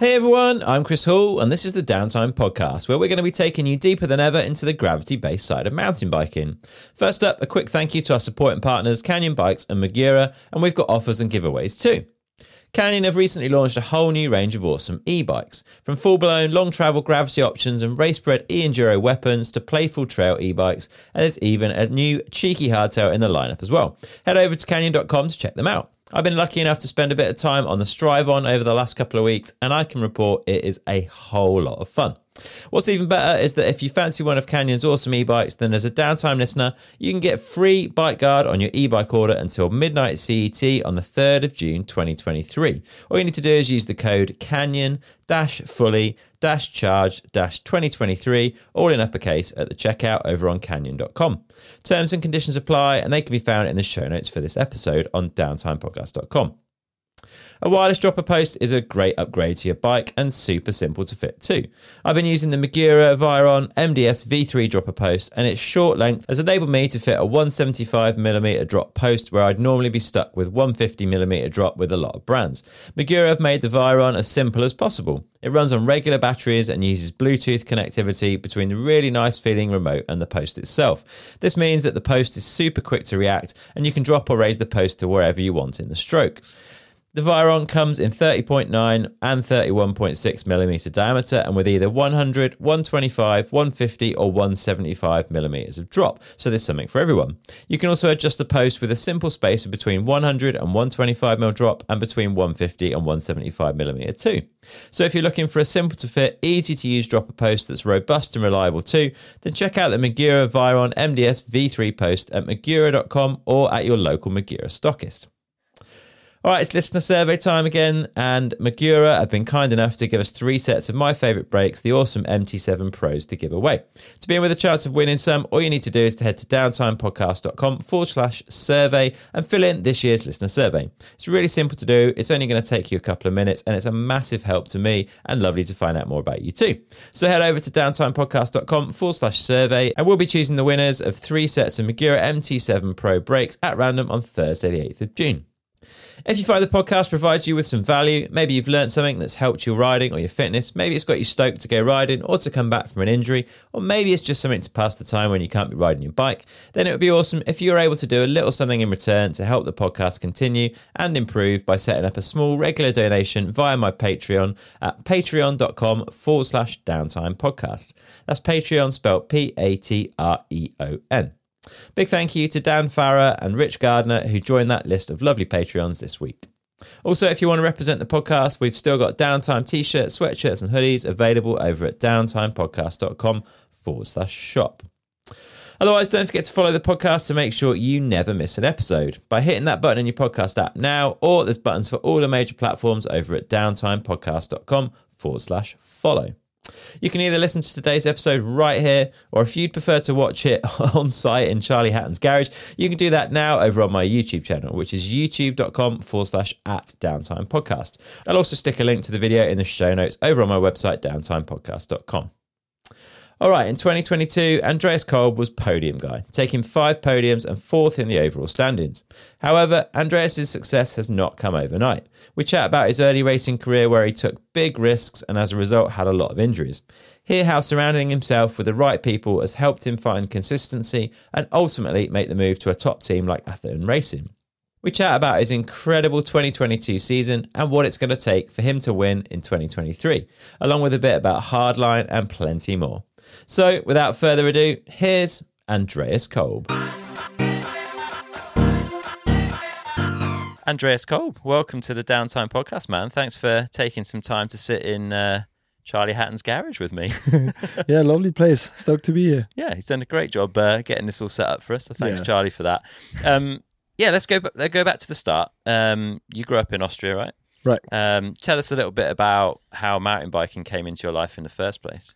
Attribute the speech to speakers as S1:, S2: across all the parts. S1: Hey everyone, I'm Chris Hall, and this is the Downtime Podcast, where we're going to be taking you deeper than ever into the gravity based side of mountain biking. First up, a quick thank you to our supporting partners, Canyon Bikes and Magura, and we've got offers and giveaways too. Canyon have recently launched a whole new range of awesome e bikes, from full blown long travel gravity options and race bred e enduro weapons to playful trail e bikes, and there's even a new cheeky hardtail in the lineup as well. Head over to canyon.com to check them out. I've been lucky enough to spend a bit of time on the Strive On over the last couple of weeks, and I can report it is a whole lot of fun. What's even better is that if you fancy one of Canyon's awesome e bikes, then as a downtime listener, you can get free bike guard on your e bike order until midnight CET on the 3rd of June 2023. All you need to do is use the code Canyon fully charge 2023, all in uppercase at the checkout over on canyon.com. Terms and conditions apply, and they can be found in the show notes for this episode on downtimepodcast.com. A wireless dropper post is a great upgrade to your bike and super simple to fit too. I've been using the Magura Viron MDS V3 dropper post and its short length has enabled me to fit a 175mm drop post where I'd normally be stuck with 150mm drop with a lot of brands. Magura have made the Viron as simple as possible. It runs on regular batteries and uses Bluetooth connectivity between the really nice feeling remote and the post itself. This means that the post is super quick to react and you can drop or raise the post to wherever you want in the stroke. The Viron comes in 30.9 and 31.6 millimeter diameter and with either 100, 125, 150 or 175 millimeters of drop, so there's something for everyone. You can also adjust the post with a simple spacer between 100 and 125 mil drop and between 150 and 175 millimeter too. So if you're looking for a simple to fit, easy to use dropper post that's robust and reliable too, then check out the Magura Viron MDS V3 post at magura.com or at your local Magura stockist. All right, it's listener survey time again, and Magura have been kind enough to give us three sets of my favourite brakes, the awesome MT7 Pros, to give away. To be in with a chance of winning some, all you need to do is to head to downtimepodcast.com forward slash survey and fill in this year's listener survey. It's really simple to do, it's only going to take you a couple of minutes, and it's a massive help to me and lovely to find out more about you too. So head over to downtimepodcast.com forward slash survey, and we'll be choosing the winners of three sets of Magura MT7 Pro brakes at random on Thursday, the 8th of June. If you find the podcast provides you with some value, maybe you've learned something that's helped your riding or your fitness, maybe it's got you stoked to go riding or to come back from an injury, or maybe it's just something to pass the time when you can't be riding your bike, then it would be awesome if you were able to do a little something in return to help the podcast continue and improve by setting up a small regular donation via my Patreon at patreon.com forward slash downtime podcast. That's Patreon spelled P A T R E O N. Big thank you to Dan Farah and Rich Gardner who joined that list of lovely Patreons this week. Also, if you want to represent the podcast, we've still got downtime t shirts, sweatshirts, and hoodies available over at downtimepodcast.com forward slash shop. Otherwise, don't forget to follow the podcast to make sure you never miss an episode by hitting that button in your podcast app now, or there's buttons for all the major platforms over at downtimepodcast.com forward slash follow. You can either listen to today's episode right here, or if you'd prefer to watch it on site in Charlie Hatton's garage, you can do that now over on my YouTube channel, which is youtube.com forward slash at downtime podcast. I'll also stick a link to the video in the show notes over on my website, downtimepodcast.com. All right, in 2022, Andreas Kolb was podium guy, taking five podiums and fourth in the overall standings. However, Andreas' success has not come overnight. We chat about his early racing career where he took big risks and as a result had a lot of injuries. Hear how surrounding himself with the right people has helped him find consistency and ultimately make the move to a top team like Athlone Racing. We chat about his incredible 2022 season and what it's going to take for him to win in 2023, along with a bit about hardline and plenty more. So, without further ado, here's Andreas Kolb. Andreas Kolb, welcome to the Downtime Podcast, man. Thanks for taking some time to sit in uh, Charlie Hatton's garage with me.
S2: yeah, lovely place. Stoked to be here.
S1: yeah, he's done a great job uh, getting this all set up for us. So, thanks, Charlie, for that. Um, yeah, let's go. Let's go back to the start. Um, you grew up in Austria, right?
S2: Right.
S1: Um, tell us a little bit about how mountain biking came into your life in the first place.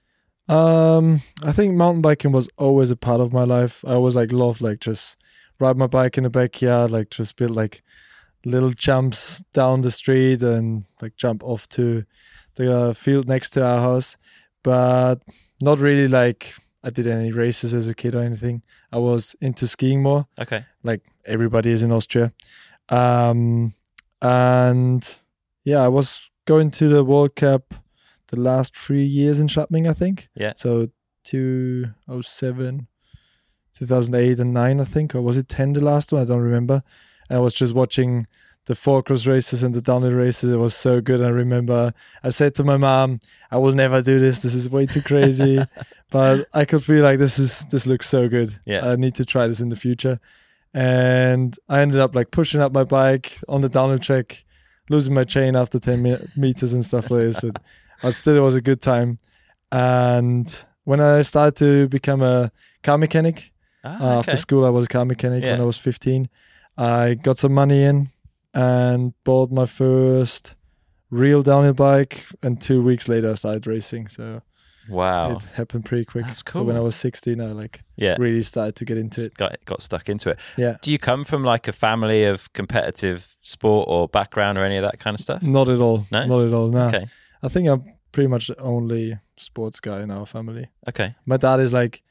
S2: Um, I think mountain biking was always a part of my life. I always like loved like just ride my bike in the backyard, like just build like little jumps down the street and like jump off to the uh, field next to our house. But not really like I did any races as a kid or anything. I was into skiing more.
S1: Okay.
S2: like everybody is in Austria. Um, and yeah, I was going to the World Cup the last three years in Chapming, I think.
S1: Yeah.
S2: So 2007, 2008 and 9, I think. Or was it 10 the last one? I don't remember. I was just watching the four cross races and the downhill races. It was so good. I remember I said to my mom, I will never do this. This is way too crazy. but I could feel like this is this looks so good.
S1: Yeah.
S2: I need to try this in the future. And I ended up like pushing up my bike on the downhill track, losing my chain after 10 me- meters and stuff like this. And, but still, it was a good time. And when I started to become a car mechanic, uh,
S1: Ah, okay.
S2: after school i was a car mechanic when
S1: Yeah.
S2: i was 15 i got some money in and bought my first real downhill bike and two weeks later i started racing so
S1: wow.
S2: it happened pretty quick
S1: Oh. That's
S2: so when i
S1: cool.
S2: was 16 i like
S1: yeah.
S2: really started to get into it
S1: Got, got stuck into it.
S2: Yeah.
S1: Do you come from like a family of competitive sport or background or any of that kind of stuff?
S2: not at all
S1: No?
S2: not at all no
S1: Okay.
S2: i think i'm pretty much the only sports guy in our family
S1: Okay.
S2: my dad is like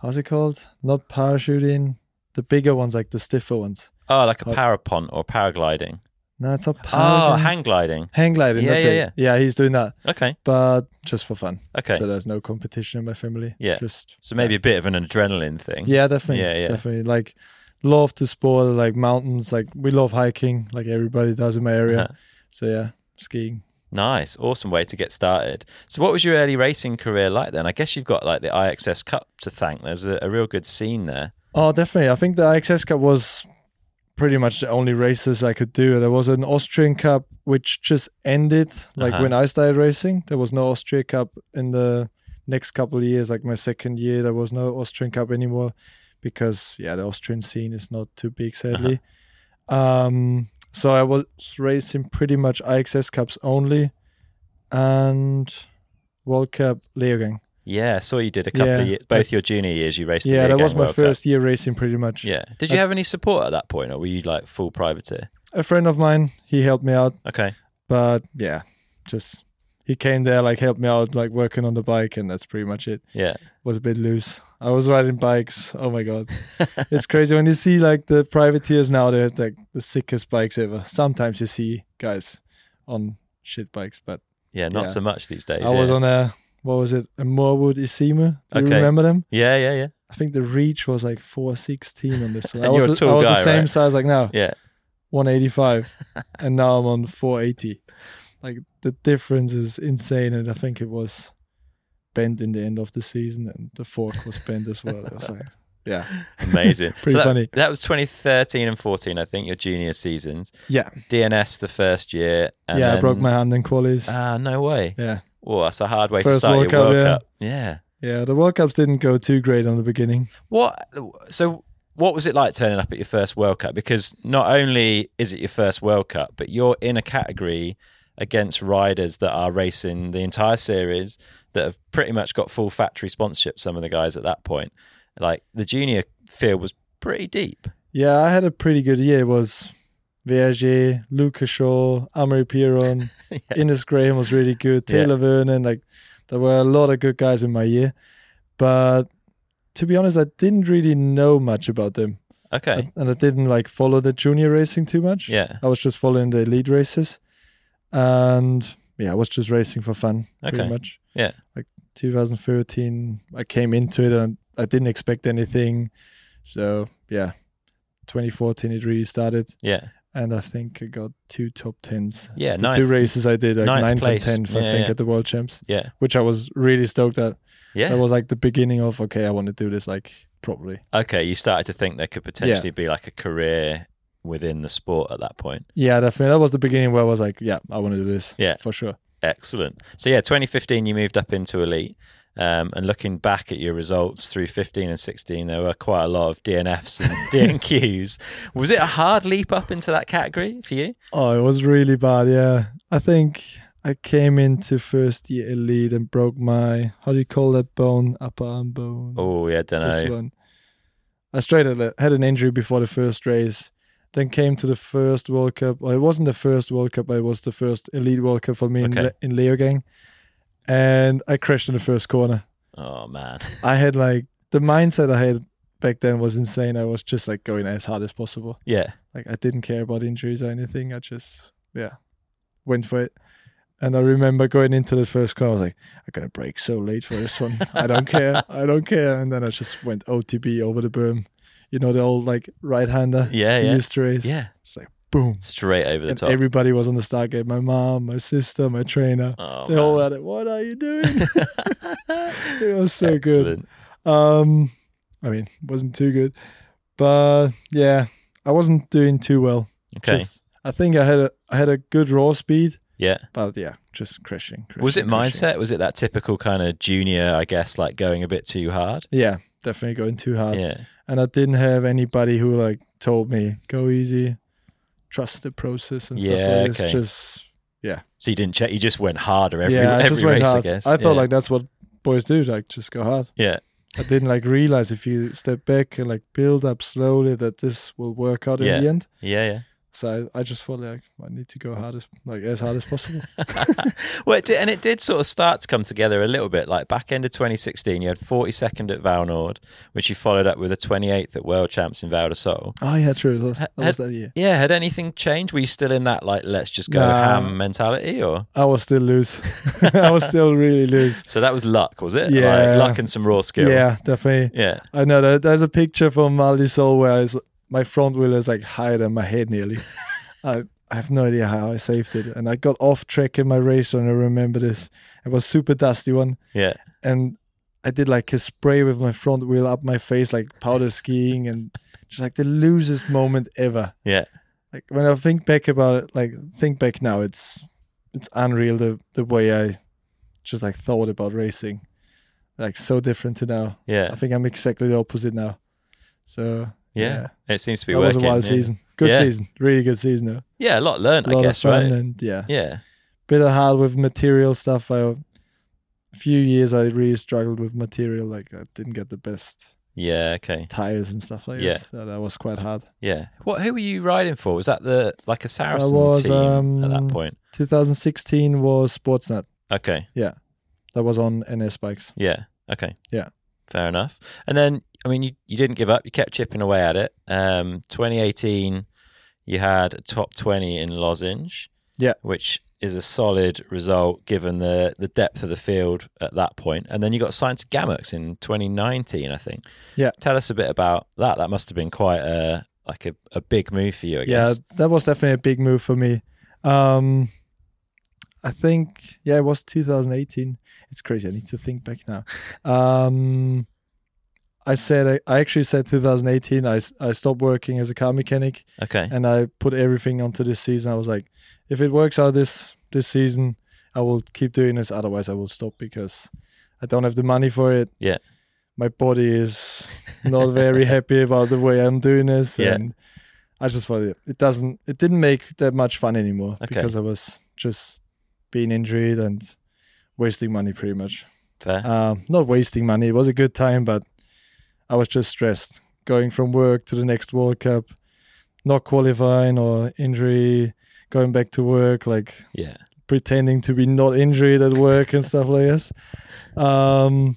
S2: how's it called not parachuting the bigger ones like the stiffer ones
S1: Oh, like a
S2: Oh.
S1: parapont or paragliding.
S2: no it's not
S1: Oh,
S2: parachuting.
S1: hang gliding.
S2: hang gliding
S1: Yeah,
S2: that's
S1: yeah,
S2: it
S1: yeah.
S2: yeah he's doing that
S1: Okay.
S2: but just for fun
S1: Okay.
S2: So there's no competition in my family.
S1: Yeah.
S2: Just
S1: So maybe a bit of an adrenaline thing.
S2: yeah, definitely.
S1: Yeah, yeah.
S2: Definitely. Like love to sport, like mountains, like we love hiking, like everybody does in my area.
S1: Uh-huh.
S2: So yeah, skiing.
S1: Nice, awesome way to get started. So, what was your early racing career like then? I guess you've got like the IXS Cup to thank. There's a, a real good scene there.
S2: Oh definitely. I think the IXS Cup was pretty much the only races I could do. There was an Austrian Cup which just ended like
S1: Uh-huh.
S2: when I started racing. There was no Austria Cup in the next couple of years, like my second year, there was no Austrian Cup anymore because yeah, the Austrian scene is not too big
S1: Uh-huh.
S2: sadly. Um, so I was racing pretty much IXS Cups only and World Cup Leogang.
S1: Yeah, I saw you did a couple
S2: Yeah.
S1: of years, both your junior years, you raced. the
S2: Yeah, that
S1: Leogang
S2: was my
S1: World Cup.
S2: first year racing pretty much.
S1: Yeah. Did you have any support at that point, or were you like full privateer?
S2: A friend of mine, he helped me out,
S1: Okay.
S2: but yeah, just he came there, like helped me out, like working on the bike, and that's pretty much it.
S1: Yeah.
S2: was a bit loose. I was riding bikes. Oh my god, it's crazy when you see like the privateers now. They're like the sickest bikes ever. Sometimes you see guys on shit bikes, but
S1: Yeah. Not
S2: Yeah.
S1: so much these days.
S2: I was
S1: yeah.
S2: on a what was it? A Morwood Isimu. Do
S1: Okay.
S2: you remember them?
S1: Yeah. Yeah. Yeah.
S2: I think the reach was like four sixteen on this one. I
S1: And
S2: was,
S1: you're a
S2: the,
S1: tall
S2: I was
S1: guy,
S2: the same
S1: right?
S2: size like now,
S1: Yeah.
S2: one eighty five, and now I'm on four eighty. Like the difference is insane, and I think it was bent in the end of the season, and the fork was bent as well. It was like, yeah,
S1: Amazing.
S2: Pretty
S1: that,
S2: funny.
S1: That was 2013 and 14, I think, your junior seasons.
S2: yeah,
S1: DNS the first year. And
S2: yeah. I broke
S1: then-
S2: my hand in qualies.
S1: Ah, no way.
S2: yeah,
S1: Well, that's a hard way to
S2: First
S1: start your
S2: World Cup,
S1: World
S2: yeah.
S1: Cup. Yeah.
S2: yeah. The World Cups didn't go too great on the beginning.
S1: What? So, what was it like turning up at your first World Cup? Because not only is it your first World Cup, but you're in a category against riders that are racing the entire series that have pretty much got full factory sponsorship. Some of the guys at that point, like the junior field, was pretty deep.
S2: Yeah, I had a pretty good year. It was Verger, Lucas Shaw, Amory Piron, Innes Graham was really good,
S1: Yeah.
S2: Taylor Vernon. Like, there were a lot of good guys in my year. But to be honest, I didn't really know much about them.
S1: Okay.
S2: I- and I didn't like follow the junior racing too much.
S1: yeah.
S2: I was just following the elite races. And yeah, I was just racing for fun
S1: Okay.
S2: pretty much.
S1: Yeah.
S2: Like 2013, I came into it and I didn't expect anything. So yeah, 2014 it really started.
S1: Yeah.
S2: And I think I got two top tens.
S1: Yeah.
S2: The
S1: Ninth.
S2: two races I did, like
S1: ninth
S2: ninth
S1: place.
S2: and tenth, I
S1: Yeah,
S2: think,
S1: yeah.
S2: at the World Champs,
S1: Yeah.
S2: which I was really stoked at.
S1: Yeah.
S2: That was like the beginning of okay, I want to do this like properly.
S1: okay. You started to think there could potentially be like a career within the sport at that point.
S2: Yeah, definitely. That was the beginning where I was like, yeah, I want to do this.
S1: Yeah.
S2: for sure.
S1: Excellent. So yeah, 2015 you moved up into elite, um, and looking back at your results through 15 and 16, there were quite a lot of DNFs and DNQs. Was it a hard leap up into that category for you?
S2: Oh, it was really bad. Yeah, I think I came into first year elite and broke my how do you call that bone? Upper arm bone.
S1: Oh yeah, don't
S2: this
S1: know.
S2: one. I straight had a- had an injury before the first race, then came to the first World Cup. Well, it wasn't the first World Cup, but it was the first Elite World Cup for me in,
S1: Okay.
S2: Le- in Leogang. And I crashed in the first corner.
S1: Oh man,
S2: I had like the mindset I had back then was insane. I was just like going as hard as possible.
S1: yeah,
S2: Like I didn't care about injuries or anything. I just, yeah, went for it. And I remember going into the first car, I was like, I'm going to brake so late for this one. I don't care. I don't care. And then I just went OTB over the berm. You know, the old like right hander
S1: Yeah, yeah.
S2: used to race.
S1: Yeah.
S2: It's like, boom.
S1: Straight over the
S2: And
S1: top.
S2: everybody was on the start gate. My mom, my sister, my trainer.
S1: Oh,
S2: they all had it. What are you doing? it was uh, so
S1: Excellent.
S2: good. Um, I mean, wasn't too good, but yeah, I wasn't doing too well.
S1: Okay.
S2: Just- I think I had a I had a good raw speed,
S1: yeah.
S2: but yeah, just crashing. crashing
S1: Was it
S2: crashing.
S1: mindset? Was it that typical kind of junior, I guess, like going a bit too hard?
S2: Yeah, definitely going too hard.
S1: Yeah.
S2: And I didn't have anybody who like told me go easy, trust the process and stuff
S1: Yeah,
S2: like this.
S1: okay.
S2: Just
S1: So you didn't check. You just went harder every,
S2: yeah, I
S1: every
S2: just
S1: race,
S2: went hard.
S1: I guess.
S2: I felt
S1: Yeah.
S2: like that's what boys do, like just go hard.
S1: Yeah.
S2: I didn't like realize if you step back and like build up slowly that this will work out
S1: Yeah.
S2: in the end.
S1: Yeah. Yeah.
S2: So I, I just felt like I need to go hard as like as hard as possible.
S1: well, it did, and it did sort of start to come together a little bit. Like back end of 2016, you had 42nd at Valnord, which you followed up with a 28th at World Champs in Val d'Isole.
S2: oh yeah, true. It was,
S1: Ha-
S2: that was that year.
S1: Yeah, had anything changed? Were you still in that like let's just go
S2: Nah.
S1: ham mentality, or
S2: I was still loose. I was still really loose.
S1: so that was luck, was it?
S2: Yeah.
S1: like, luck and some raw skill.
S2: Yeah, definitely.
S1: yeah.
S2: I know that there's a picture from Maldi Sol where it's, my front wheel is like higher than my head nearly. I, I have no idea how I saved it. And I got off track in my race and I remember this. It was super dusty one.
S1: yeah.
S2: and I did like a spray with my front wheel up my face, like powder skiing, and just like the loosest moment ever.
S1: Yeah.
S2: Like when I think back about it, like think back now, it's it's unreal the the way I just like thought about racing, like so different to now.
S1: Yeah.
S2: I think I'm exactly the opposite now. So
S1: Yeah. It seems to be
S2: that was
S1: working.
S2: a wild
S1: yeah.
S2: season, good
S1: Yeah.
S2: season, really good season though.
S1: Yeah, a lot learned,
S2: A lot
S1: I guess,
S2: of fun
S1: right?
S2: and yeah,
S1: Yeah.
S2: bit of hard with material stuff. I few years I really struggled with material. Like I didn't get the best
S1: Yeah. Okay.
S2: tires and stuff like
S1: Yeah.
S2: this. So that was quite hard.
S1: Yeah. What? Who were you riding for? Was that the like a Saracen
S2: was,
S1: team at that
S2: um,
S1: point?
S2: 2016 was Sportsnet.
S1: Okay.
S2: That was on NS bikes.
S1: Yeah. Okay.
S2: Yeah.
S1: Fair enough. And then, I mean, you, you didn't give up. You kept chipping away at it. Um, 2018, you had a top 20 in Lozenge.
S2: Yeah.
S1: Which is a solid result given the, the depth of the field at that point. And then you got signed to Gamex in 2019, I think.
S2: Yeah.
S1: Tell us a bit about that. That must have been quite a like a, a big move for you, I
S2: Yeah,
S1: guess.
S2: that was definitely a big move for me. Um, I think yeah, it was 2018. It's crazy. I need to think back now. Um, I said I actually said 2018. I s- I stopped working as a car mechanic
S1: Okay.
S2: and I put everything onto this season. I was like, if it works out this this season, I will keep doing this. Otherwise, I will stop because I don't have the money for it.
S1: Yeah.
S2: my body is not very happy about the way I'm doing this,
S1: Yeah.
S2: and I just thought it, it doesn't it didn't make that much fun anymore
S1: Okay.
S2: because I was just being injured and wasting money pretty much.
S1: Fair.
S2: Um, not wasting money. It was a good time, but I was just stressed going from work to the next World Cup, not qualifying or injury, going back to work, like
S1: yeah.
S2: pretending to be not injured at work and stuff like this. Um,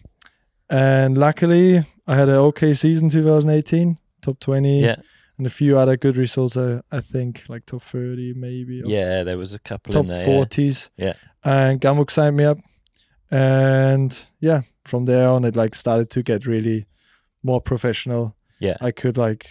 S2: and luckily, I had an okay season 2018, top 20,
S1: Yeah.
S2: and a few other good results, I, I think, like top 30 maybe, or
S1: Yeah. There was a couple
S2: top
S1: in there. yeah.
S2: 40s.
S1: Yeah.
S2: And Gamuk signed me up. And yeah, from there on, it like started to get really more professional.
S1: Yeah.
S2: I could like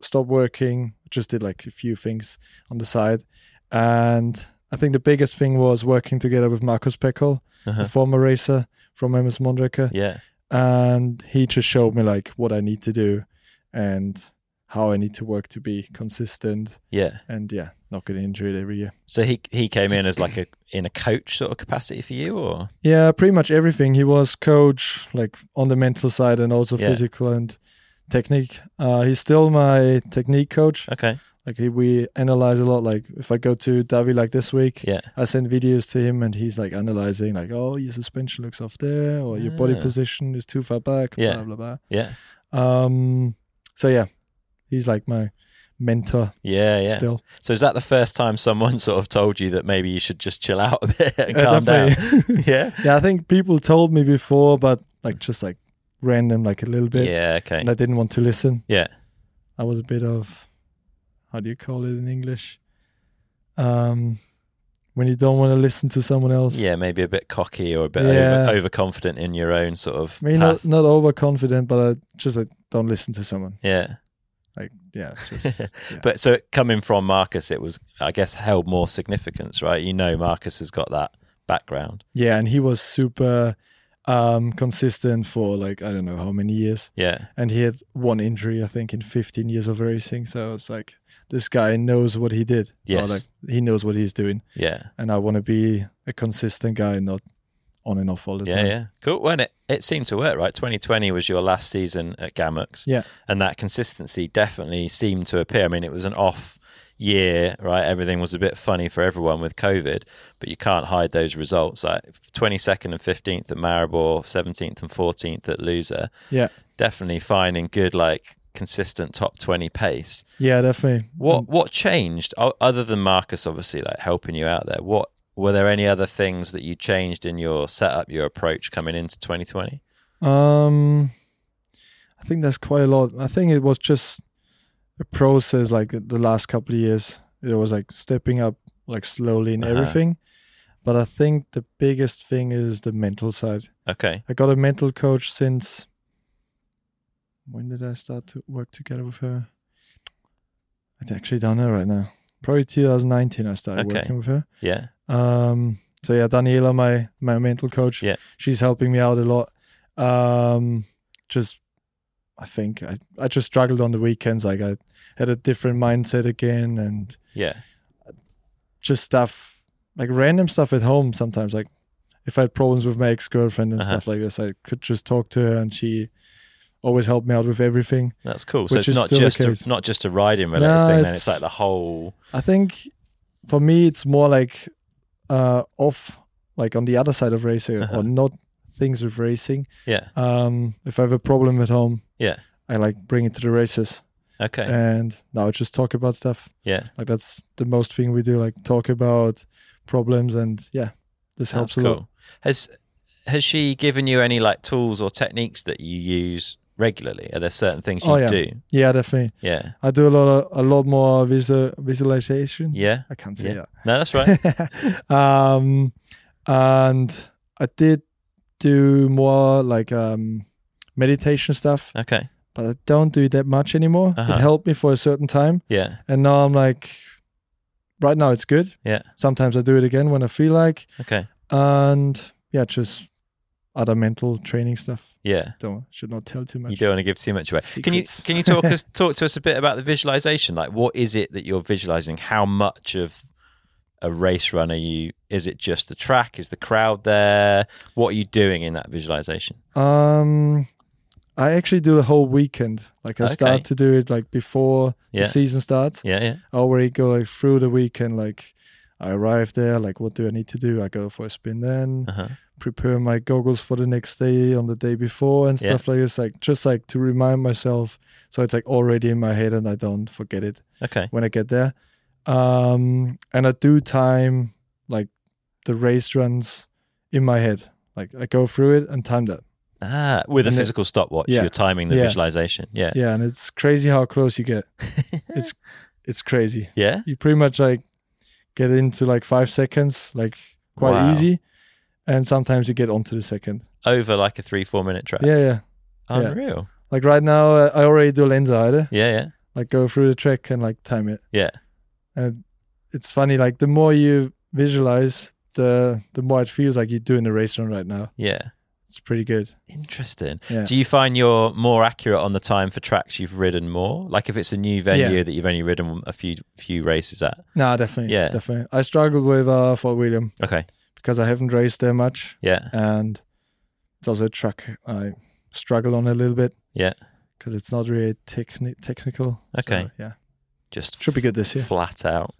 S2: stop working, just did like a few things on the side. And I think the biggest thing was working together with Marcus Peckel,
S1: Uh-huh.
S2: a former racer from MS Mondraker.
S1: Yeah.
S2: And he just showed me like what I need to do and how I need to work to be consistent
S1: Yeah.
S2: and yeah, not get injured every year.
S1: So he he came in as like a in a coach sort of capacity for you, or
S2: Yeah, pretty much everything. He was coach, like on the mental side and also
S1: Yeah.
S2: physical and technique. Uh, he's still my technique coach.
S1: okay,
S2: Like he, we analyze a lot. Like if I go to Davi like this week,
S1: yeah,
S2: I send videos to him and he's like analyzing, like oh your suspension looks off there or your body
S1: Ah.
S2: position is too far back.
S1: Yeah.
S2: Blah blah
S1: yeah,
S2: blah. Um. So yeah, he's like my mentor
S1: yeah, yeah.
S2: still.
S1: So is that the first time someone sort of told you that maybe you should just chill out a bit and
S2: Uh,
S1: calm down?
S2: definitely.
S1: Yeah,
S2: yeah, I think people told me before, but like just like random, like a little bit.
S1: yeah, okay,
S2: and I didn't want to listen.
S1: yeah,
S2: I was a bit of how do you call it in English? Um, when you don't want to listen to someone else.
S1: Yeah, maybe a bit cocky or a bit
S2: Yeah.
S1: over, overconfident in your own sort of
S2: I mean,
S1: path.
S2: not, not overconfident, but I just like don't listen to someone.
S1: yeah.
S2: Like, yeah, it's just, yeah.
S1: But so coming from Marcus, it was, I guess, held more significance, right? You know, Marcus has got that background.
S2: yeah, and he was super um consistent for like I don't know how many years,
S1: Yeah.
S2: and he had one injury I think in 15 years of racing. So it's like this guy knows what he did. Or,
S1: Yes.
S2: like he knows what he's doing,
S1: Yeah.
S2: and I want to be a consistent guy, not on and off all the
S1: Yeah.
S2: time.
S1: Yeah. Cool. When it, it seemed to work, right? 2020 was your last season at Gamux.
S2: Yeah.
S1: And that consistency definitely seemed to appear. I mean, it was an off year, right? Everything was a bit funny for everyone with COVID, but you can't hide those results. Like 22nd and 15th at Maribor, 17th and 14th at Loser.
S2: Yeah.
S1: Definitely finding good, like, consistent top 20 pace.
S2: Yeah, definitely.
S1: What what changed O- other than Marcus obviously like helping you out there? What were there any other things that you changed in your setup, your approach coming into 2020?
S2: Um, I think that's quite a lot. I think it was just a process. Like uh, the last couple of years, it was like stepping up, like slowly in
S1: Uh-huh.
S2: everything. But I think the biggest thing is the mental side.
S1: Okay.
S2: I got a mental coach since. When did I start to work together with her? I actually don't know right now. Probably 2019. I started
S1: Okay.
S2: working with her.
S1: Yeah.
S2: Um, so yeah, Daniela, my my mental coach,
S1: Yeah.
S2: she's helping me out a lot. Um, just I think I, I just struggled on the weekends. Like I had a different mindset again, and
S1: Yeah.
S2: just stuff like random stuff at home sometimes. Like if I had problems with my ex girlfriend and
S1: Uh-huh.
S2: stuff like this, I could just talk to her, and she always helped me out with everything.
S1: That's cool. So it's
S2: Which is
S1: not
S2: still the
S1: just
S2: case.
S1: a, not just a riding related
S2: No,
S1: thing. then it's
S2: it's-
S1: like the whole.
S2: I think for me, it's more like uh, off, like on the other side of racing,
S1: Uh-huh.
S2: or not things with racing.
S1: Yeah.
S2: um, if I have a problem at home,
S1: Yeah.
S2: I like bring it to the races,
S1: Okay.
S2: and now I just talk about stuff.
S1: yeah.
S2: Like that's the most thing we do, like talk about problems, and yeah, this
S1: That's
S2: helps a lot.
S1: cool. Has has she given you any like tools or techniques that you use regularly? Are there certain things you
S2: Oh, yeah.
S1: do?
S2: Yeah, definitely.
S1: Yeah.
S2: I do a lot, of, a lot more visual visualization.
S1: Yeah.
S2: I can't say
S1: Yeah. No, that's right.
S2: that. um, and I did do more like um, meditation stuff,
S1: okay.
S2: but I don't do that much anymore.
S1: Uh-huh.
S2: It helped me for a certain time.
S1: Yeah.
S2: and now I'm like, right now it's good.
S1: Yeah.
S2: Sometimes I do it again when I feel like,
S1: Okay.
S2: and yeah, just other mental training stuff.
S1: Yeah.
S2: Don't should not tell too much.
S1: You don't want to give too much away. Can you
S2: Secrets.
S1: can you talk us talk to us a bit about the visualization? Like, what is it that you're visualizing? How much of a race run are you? Is it just the track? Is the crowd there? What are you doing in that visualization?
S2: Um, I actually do the whole weekend. Like I
S1: Okay.
S2: start to do it like before
S1: Yeah.
S2: the season starts.
S1: Yeah, yeah,
S2: I already go like through the weekend. Like I arrive there. Like what do I need to do? I go for a spin then.
S1: uh-huh.
S2: prepare my goggles for the next day on the day before and
S1: Yeah.
S2: stuff like this like just like to remind myself so it's like already in my head and i don't forget it
S1: okay,
S2: when i get there um and i do time like the race runs in my head like i go through it and time that
S1: ah, with a
S2: And it-
S1: physical stopwatch,
S2: yeah.
S1: you're timing the
S2: Yeah.
S1: visualization. Yeah,
S2: yeah and it's crazy how close you get it's it's crazy
S1: yeah,
S2: you pretty much like get into like five seconds like quite
S1: Wow.
S2: easy and sometimes you get onto the second
S1: over like a three four minute track.
S2: yeah yeah yeah.
S1: Unreal.
S2: like right now uh, i already do lens either
S1: Yeah, yeah,
S2: like go through the track and like time it.
S1: Yeah.
S2: And it's funny, like the more you visualize, the the more it feels like you're doing a race run right now.
S1: yeah.
S2: It's pretty good.
S1: Interesting.
S2: Yeah.
S1: Do you find you're more accurate on the time for tracks you've ridden more? Like if it's a new venue
S2: Yeah.
S1: that you've only ridden a few few races at.
S2: Nah, definitely.
S1: Yeah.
S2: Definitely. I struggled with uh Fort William
S1: Okay.
S2: because I haven't raced there much
S1: Yeah.
S2: and it's also a track I struggle on a little bit.
S1: Yeah.
S2: Because it's not really techni- technical. So,
S1: Okay.
S2: yeah.
S1: Just
S2: Should be good this year.
S1: flat out.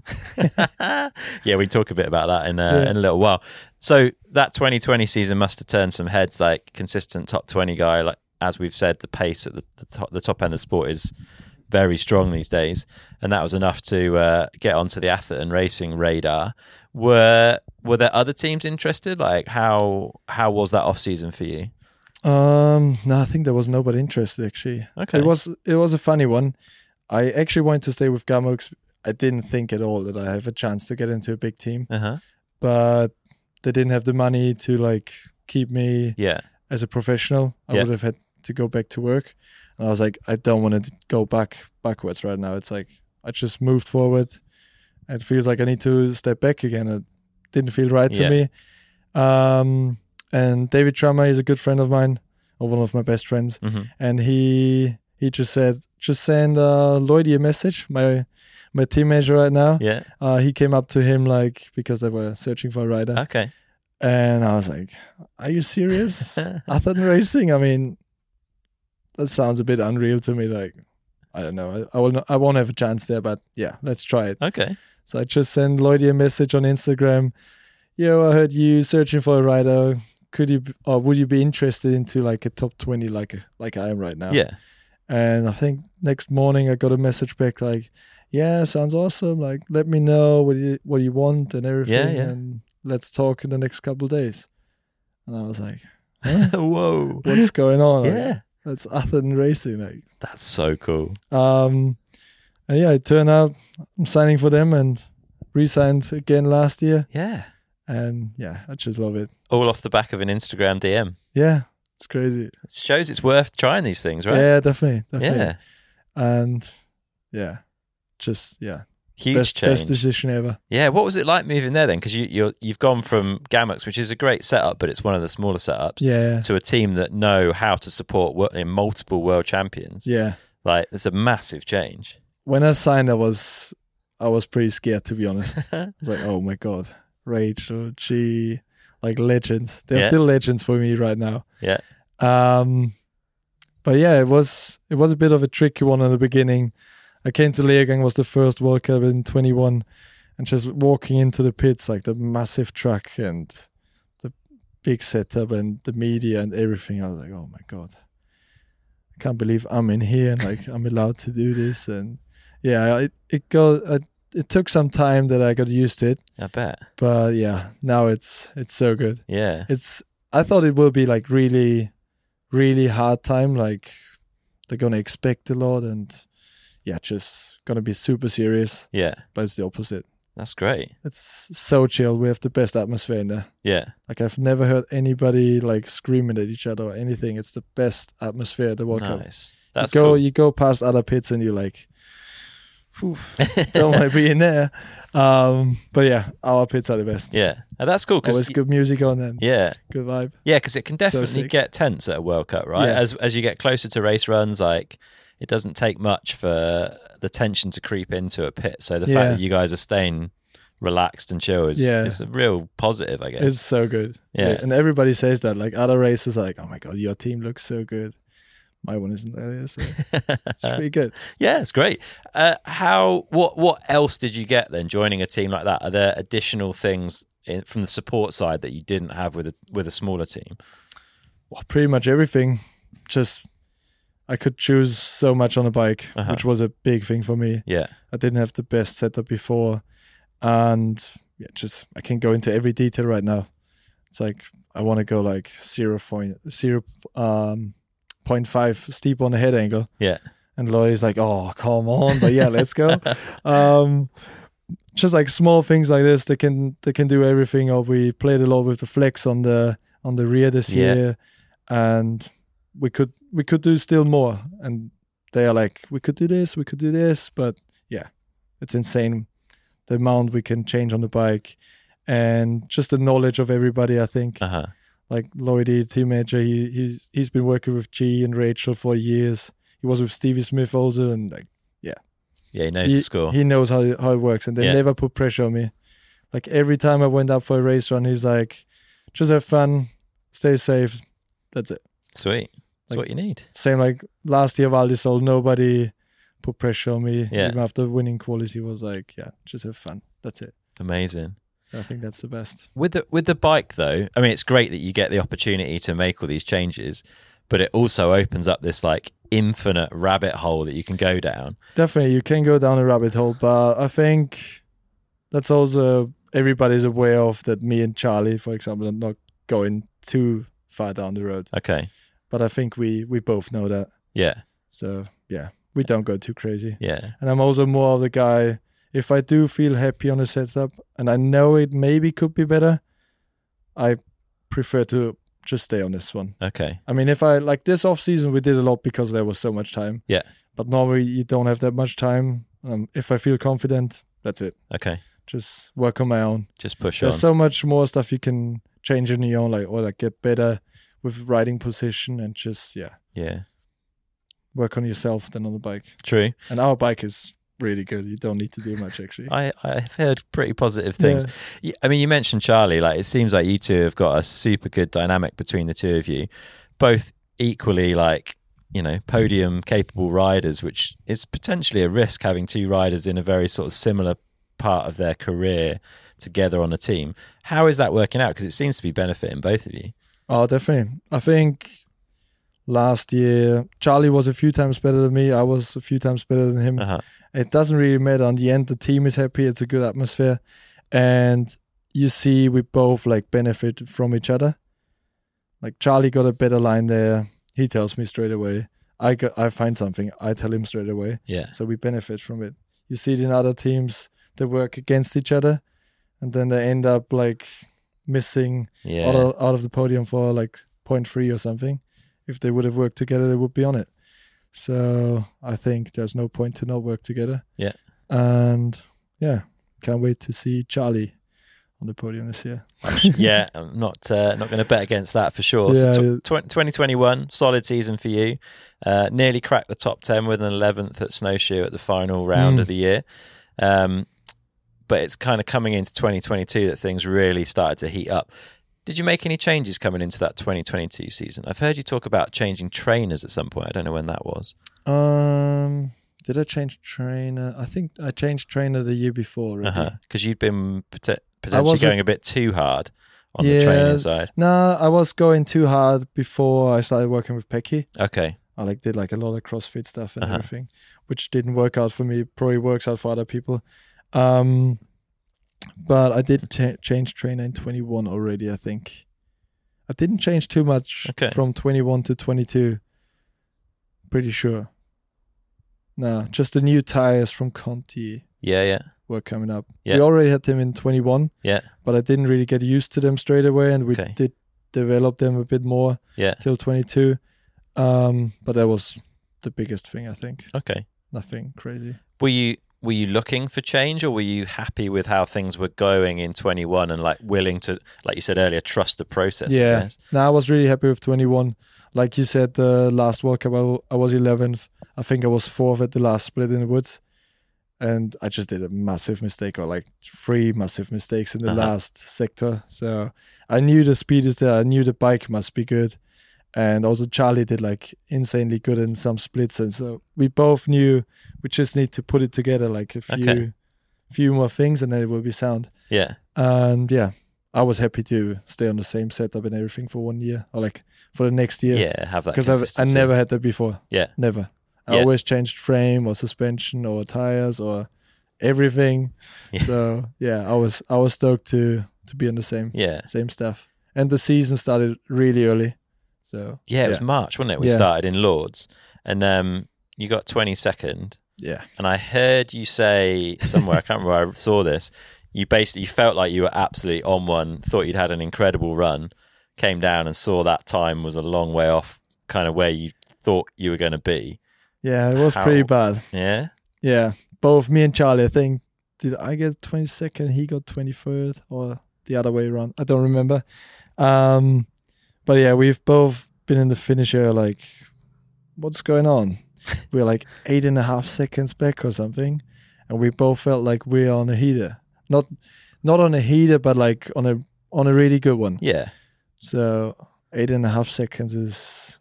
S1: yeah, we talk a bit about that in uh,
S2: Yeah.
S1: in a little while. So that 2020 season must have turned some heads. Like consistent top 20 guy. Like as we've said, the pace at the, the top the top end of the sport is very strong these days, and that was enough to uh, get onto the Atherton Racing radar. Were were there other teams interested? Like how how was that off season for you?
S2: Um no, I think there was nobody interested actually.
S1: Okay,
S2: It was it was a funny one. I actually wanted to stay with Gamux. I didn't think at all that I have a chance to get into a big team.
S1: uh huh,
S2: but they didn't have the money to like keep me
S1: Yeah.
S2: as a professional. I
S1: Yeah.
S2: would have had to go back to work, and I was like, I don't want to go back backwards right now. It's like I just moved forward, and it feels like I need to step back again. It didn't feel right
S1: Yeah.
S2: to me. Um, and David Trummer is a good friend of mine, or one of my best friends
S1: hmm
S2: and he he just said just send uh, Lloydie a message my my team manager right now
S1: Yeah.
S2: uh, he came up to him like because they were searching for a rider
S1: Okay.
S2: and I was like are you serious other than racing I mean that sounds a bit unreal to me like I don't know I, I will not, I won't have a chance there but yeah let's try it
S1: Okay.
S2: so I just sent Lloydie a message on Instagram yo I heard you searching for a rider could you b- or would you be interested into like a top 20 like like I am right now
S1: Yeah.
S2: and I think next morning I got a message back like, "Yeah, sounds awesome. Like, let me know what you what you want and everything,
S1: yeah.
S2: and let's talk in the next couple of days." And I was like,
S1: Whoa.
S2: "What's going on? Like,
S1: Yeah.
S2: that's other than racing." Like,
S1: That's so cool.
S2: um, and yeah, it turned out I'm signing for them and re-signed again last year,
S1: Yeah.
S2: and yeah, I just love it.
S1: All off the back of an Instagram DM.
S2: Yeah, it's crazy.
S1: It shows it's worth trying these things, right?
S2: Yeah, definitely, definitely,
S1: Yeah.
S2: and yeah, just yeah,
S1: Huge
S2: best
S1: change.
S2: best decision ever.
S1: Yeah, what was it like moving there then? Because you you're, you've gone from Gamux, which is a great setup, but it's one of the smaller setups,
S2: Yeah,
S1: to a team that know how to support wo- in multiple world champions.
S2: yeah.
S1: Like, it's a massive change.
S2: when I signed, I was I was pretty scared to be honest. I
S1: yeah,
S2: was like, oh my god, Rachel G, like legends. They're
S1: Yeah.
S2: still legends for me right now.
S1: Yeah.
S2: Um, but yeah, it was it was a bit of a tricky one in the beginning. I came to Leogang was the first World Cup in 21, and just walking into the pits like the massive truck and the big setup and the media and everything. I was like, oh my god, I can't believe I'm in here and like I'm allowed to do this. And yeah, it it got it, it took some time that I got used to it,
S1: I bet.
S2: but yeah, now it's it's so good
S1: Yeah,
S2: it's i thought it will be like really really hard time like they're gonna expect a lot and yeah just gonna be super serious
S1: yeah,
S2: but it's the opposite
S1: that's great.
S2: it's so chill we have the best atmosphere in there
S1: Yeah,
S2: like i've never heard anybody like screaming at each other or anything it's the best atmosphere at the world cup
S1: nice. That's
S2: you go
S1: cool.
S2: you go past other pits and you're like "Phew, don't want to be in there um but yeah our pits are the best
S1: yeah, and that's cool
S2: always
S1: because
S2: good music on and
S1: yeah,
S2: good vibe
S1: Yeah, because it can
S2: So
S1: definitely
S2: sick.
S1: get tense at a World Cup, right?
S2: Yeah.
S1: As as you get closer to race runs, like it doesn't take much for the tension to creep into a pit. So the fact
S2: Yeah.
S1: that you guys are staying relaxed and chill is,
S2: Yeah.
S1: is a real positive, I guess.
S2: It's so good.
S1: Yeah.
S2: And everybody says that. Like other races are like, oh my god, your team looks so good. My one isn't there, so it's pretty good.
S1: yeah, it's great. Uh, how what what else did you get then joining a team like that? Are there additional things in, from the support side that you didn't have with a, with a smaller team?
S2: Well, pretty much everything. Just I could choose so much on a bike,
S1: Uh-huh.
S2: which was a big thing for me.
S1: Yeah,
S2: I didn't have the best setup before. And yeah, just I can go into every detail right now. It's like I want to go like zero point zero um point five steep on the head angle.
S1: yeah,
S2: And Laurie's like, oh, come on, but yeah, let's go. um, just like small things like this, they can they can do everything. Or we played a lot with the flex on the on the rear this
S1: Yeah.
S2: year, and we could we could do still more. And they are like, we could do this, we could do this, but yeah, it's insane the amount we can change on the bike, and just the knowledge of everybody. I think
S1: uh huh,
S2: like Lloyd, his teenager, he he's he's been working with G and Rachel for years. He was with Stevie Smith also, and like
S1: yeah. He knows
S2: he,
S1: the score.
S2: he knows how how it works, and they
S1: Yeah.
S2: never put pressure on me. Like every time I went up for a race run, he's like, "Just have fun, stay safe." That's it.
S1: Sweet. That's
S2: like-
S1: what you need.
S2: Same like last year, Valdisol. Nobody put pressure on me.
S1: Yeah.
S2: Even after winning qualies, he was like, "Yeah, just have fun. That's it."
S1: Amazing.
S2: I think that's the best.
S1: With the with the bike though, I mean it's great that you get the opportunity to make all these changes, but it also opens up this like infinite rabbit hole that you can go down.
S2: Definitely, you can go down a rabbit hole, but I think that's also everybody's aware of that. Me and Charlie, for example, are not going too far down the road,
S1: Okay.
S2: but I think we we both know that.
S1: Yeah.
S2: So yeah, we don't go too crazy.
S1: Yeah.
S2: And I'm also more of the guy. if I do feel happy on the setup and I know it maybe could be better, I prefer to just stay on this one.
S1: Okay.
S2: I mean, if I like this off season, we did a lot because there was so much time.
S1: Yeah.
S2: But normally you don't have that much time. Um, if I feel confident, that's it.
S1: Okay.
S2: Just work on my own.
S1: Just push
S2: There's so much more stuff you can change in your own, like or like get better with riding position and just yeah,
S1: on. Yeah.
S2: work on yourself than on the bike.
S1: True.
S2: And our bike is really good. You don't need to do much actually.
S1: I, I've heard pretty positive things. Y- I mean, you mentioned Charlie. Like, it seems like you two have got a super good dynamic between the two of you, both equally like you know podium capable riders, which is potentially a risk having two riders in a very sort of similar part of their career together on a team. How is that working out? Because it seems to be benefiting both of you.
S2: Oh, definitely. I think last year Charlie was a few times better than me. I was a few times better than him.
S1: Uh-huh.
S2: It doesn't really matter. In the end, the team is happy. It's a good atmosphere, and you see we both like benefit from each other. Like Charlie got a better line there. He tells me straight away. I go, I find something. I tell him straight away.
S1: Yeah.
S2: So we benefit from it. You see it in other teams. They work against each other, and then they end up like missing
S1: Yeah.
S2: out, of, out of the podium for like point three or something. If they would have worked together, they would be on it. So I think there's no point to not work together.
S1: Yeah.
S2: And yeah, can't wait to see Charlie on the podium this year.
S1: yeah, I'm not uh, not going to bet against that for sure. So
S2: Yeah,
S1: tw-
S2: yeah.
S1: tw- 2021, solid season for you. Uh, nearly cracked the top 10 with an 11th at Snowshoe at the final round
S2: Mm.
S1: of the year. Um, but it's kind of coming into 2022 that things really started to heat up. Did you make any changes coming into that 2022 season? I've heard you talk about changing trainers at some point. I don't know when that was.
S2: Um, did I change trainer? I think I changed trainer the year before. Already.
S1: Because Uh-huh. you'd been pot-
S2: was
S1: potentially
S2: with-
S1: going a bit too hard on the
S2: Yeah.
S1: training side.
S2: No, I was going too hard before I started working with Pecky.
S1: Okay.
S2: I like did like a lot of CrossFit stuff and
S1: Uh-huh.
S2: everything, which didn't work out for me. Probably works out for other people. Um, but I did cha- change trainer in 21 already. I think I didn't change too much
S1: Okay.
S2: from 21 to 22. Pretty sure. No, just the new tires from Conti
S1: Yeah, yeah.
S2: were coming up.
S1: Yeah.
S2: We already had them in 21.
S1: Yeah.
S2: But I didn't really get used to them straight away, and we
S1: Okay.
S2: did develop them a bit more
S1: Yeah.
S2: till 22. Um, but that was the biggest thing, I think.
S1: Okay.
S2: Nothing crazy.
S1: were you were you looking for change or were you happy with how things were going in 21 and like willing to like you said earlier trust the process I
S2: Yeah.
S1: guess?
S2: No, I was really happy with 21. Like you said, the last World Cup, I w- I was 11th. I think I was fourth at the last split in the woods. And I just did a massive mistake, or like three massive mistakes in the
S1: Uh-huh.
S2: last sector. So I knew the speed is there. I knew the bike must be good. And also, Charlie did like insanely good in some splits. And so we both knew we just need to put it together like a few,
S1: Okay.
S2: few more things, and then it will be sound.
S1: yeah
S2: And yeah, I was happy to stay on the same setup and everything for one year or like for the next
S1: yeah,
S2: year
S1: have that
S2: because I've I
S1: consistency.
S2: never had that before.
S1: Yeah.
S2: Never. I
S1: Yeah.
S2: always changed frame or suspension or tires or everything.
S1: Yeah.
S2: So yeah, I was I was stoked to to be on the same
S1: yeah
S2: same stuff. And the season started really early. So
S1: yeah it was
S2: Yeah.
S1: March wasn't it we
S2: Yeah.
S1: started in Lords and um you got 22nd
S2: yeah.
S1: and I heard you say somewhere I can't remember where I saw this you basically felt like you were absolutely on one thought you'd had an incredible run came down and saw that time was a long way off kind of where you thought you were going to be
S2: Yeah, it was pretty bad.
S1: yeah
S2: Yeah. Both me and Charlie, I think did I get twenty second, he got twenty third, or the other way around. I don't remember. Um but yeah, we've both been in the finisher like what's going on? we're like eight and a half seconds back or something. And we both felt like we're on a heater. Not not on a heater, but like on a on a really good one.
S1: yeah
S2: So eight and a half seconds is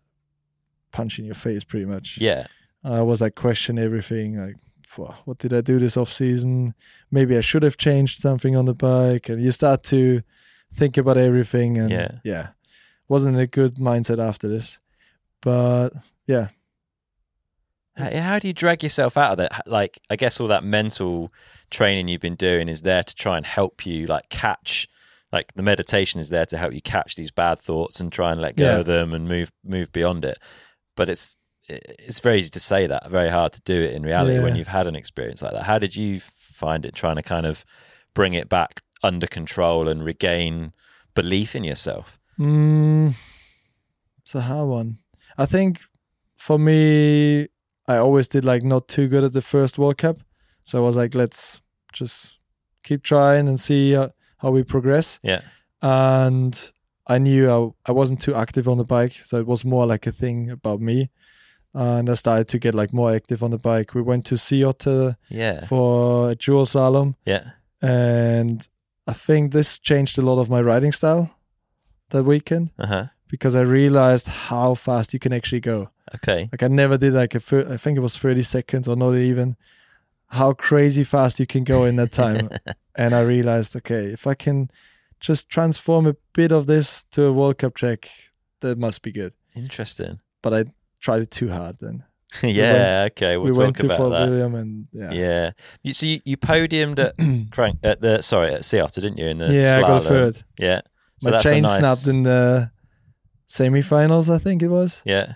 S2: punch in your face pretty much.
S1: yeah
S2: I was like question everything like "Phew, what did I do this off season? Maybe I should have changed something on the bike and you start to think about everything and
S1: Yeah.
S2: Wasn't a good mindset after this. But
S1: How, how do you drag yourself out of that? H- Like, I guess all that mental training you've been doing is there to try and help you, like, catch. Like the meditation is there to help you catch these bad thoughts and try and let go
S2: Yeah.
S1: of them and move move beyond it. But it's it's very easy to say that, very hard to do it in reality when
S2: Yeah.
S1: you've had an experience like that. How did you find it trying to kind of bring it back under control and regain belief in yourself?
S2: Mm, it's a hard one. I think for me, I always did like not too good at the first World Cup, so I was like, let's just keep trying and see uh, how we progress.
S1: Yeah.
S2: And I knew I, I wasn't too active on the bike, so it was more like a thing about me. And I started to get like more active on the bike. We went to Sea Otter
S1: Yeah.
S2: for a dual slalom,
S1: Yeah.
S2: and I think this changed a lot of my riding style that weekend
S1: Uh huh.
S2: because I realized how fast you can actually go.
S1: Okay.
S2: Like I never did like a fir- I think it was 30 seconds or not even how crazy fast you can go in that time. and I realized okay, if I can just transform a bit of this to a World Cup track, that must be good.
S1: Interesting.
S2: But I tried it too hard then.
S1: yeah. okay. We'll
S2: we went
S1: talk
S2: to
S1: about
S2: Fort
S1: that.
S2: William and yeah.
S1: Yeah. You, so you, you podiumed at Crank at the sorry at Seattle, didn't you? In the
S2: Yeah, I got a
S1: slalom?
S2: third.
S1: Yeah. So
S2: My
S1: that's
S2: chain
S1: a nice,
S2: snapped in the semifinals, I think it was.
S1: Yeah.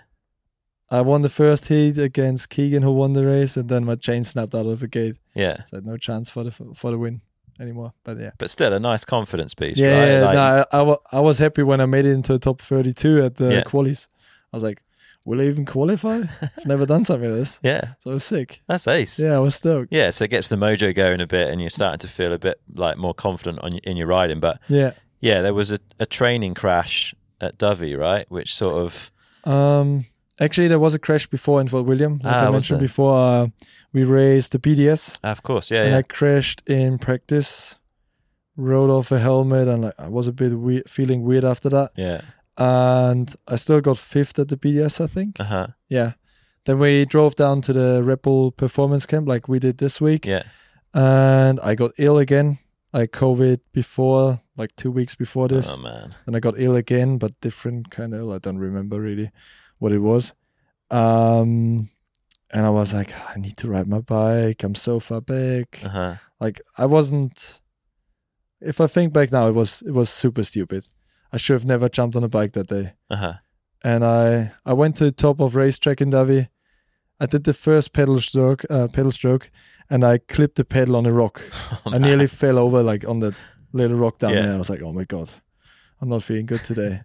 S2: I won the first heat against Keegan, who won the race, and then my chain snapped out of the gate.
S1: Yeah.
S2: so I had no chance for the for the win anymore. But yeah,
S1: But still a nice confidence boost,
S2: yeah,
S1: right?
S2: yeah,
S1: Like,
S2: no, I, I, wa- I was happy when I made it into the top 32 at the
S1: Yeah.
S2: qualies. I was like, will I even qualify? I've never done something like this,
S1: yeah.
S2: so I was sick.
S1: That's ace.
S2: Yeah, I was stoked.
S1: Yeah, so it gets the mojo going a bit, and you're starting to feel a bit like more confident on y- in your riding. But
S2: Yeah,
S1: yeah, there was a, a training crash at Dovey, right? Which sort of
S2: um, actually, there was a crash before in Fort William, like
S1: Ah,
S2: I
S1: was
S2: mentioned
S1: there?
S2: before. Uh, we raced the PDS,
S1: ah, of course, yeah,
S2: and
S1: yeah,
S2: I crashed in practice. Rode off a helmet and like I was a bit weird, feeling weird after that,
S1: yeah,
S2: and I still got fifth at the PDS, I think.
S1: uh huh,
S2: Yeah. Then we drove down to the Rebel performance camp like we did this week.
S1: yeah,
S2: And I got ill again. I COVID before, like two weeks before this.
S1: oh man,
S2: and I got ill again, but different kind of ill. I don't remember really what it was. Um, and I was like, I need to ride my bike. I'm so far back.
S1: uh huh,
S2: Like I wasn't. If I think back now, it was it was super stupid. I should have never jumped on a bike that day
S1: uh huh,
S2: and I I went to the top of racetrack in Davi. I did the first pedal stroke, uh, pedal stroke, and I clipped the pedal on a rock.
S1: Oh,
S2: I nearly fell over like on the little rock down
S1: Yeah.
S2: there. I was like, oh my god, I'm not feeling good today.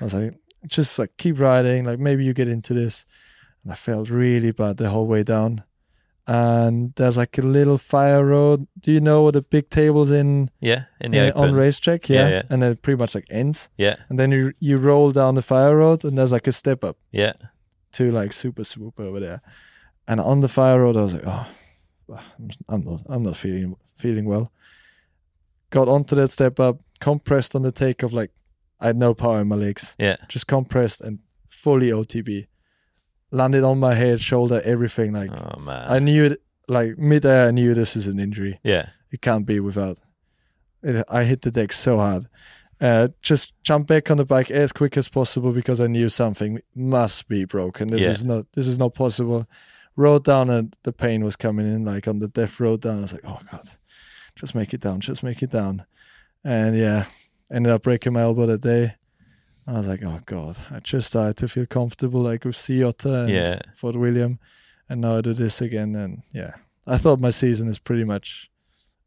S2: I was like, just like keep riding, like maybe you get into this. And I felt really bad the whole way down. And there's like a little fire road. Do you know what the big tables in,
S1: yeah, in the
S2: in-
S1: open,
S2: on racetrack?
S1: Yeah, yeah.
S2: And then it pretty much like ends.
S1: yeah,
S2: And then you you roll down the fire road and there's like a step up
S1: yeah,
S2: to like super swoop over there. And on the fire road, I was like, oh, I'm, I'm not, I'm not feeling feeling well. Got onto that step up, compressed on the take of like, I had no power in my legs,
S1: yeah,
S2: just compressed and fully OTB. Landed on my head, shoulder, everything. Like
S1: oh man,
S2: I knew it, like midair, I knew this is an injury.
S1: yeah,
S2: It can't be without. It, I hit the deck so hard. Uh, just jump back on the bike as quick as possible because I knew something must be broken. This
S1: Yeah.
S2: is not. This is not possible. Rode down and the pain was coming in, like on the death road down. I was like, oh god, just make it down, just make it down. And yeah, ended up breaking my elbow that day. I was like, oh god, I just started to feel comfortable, like with Sea Otter and
S1: Yeah.
S2: Fort William, and now I do this again. And yeah, I thought my season is pretty much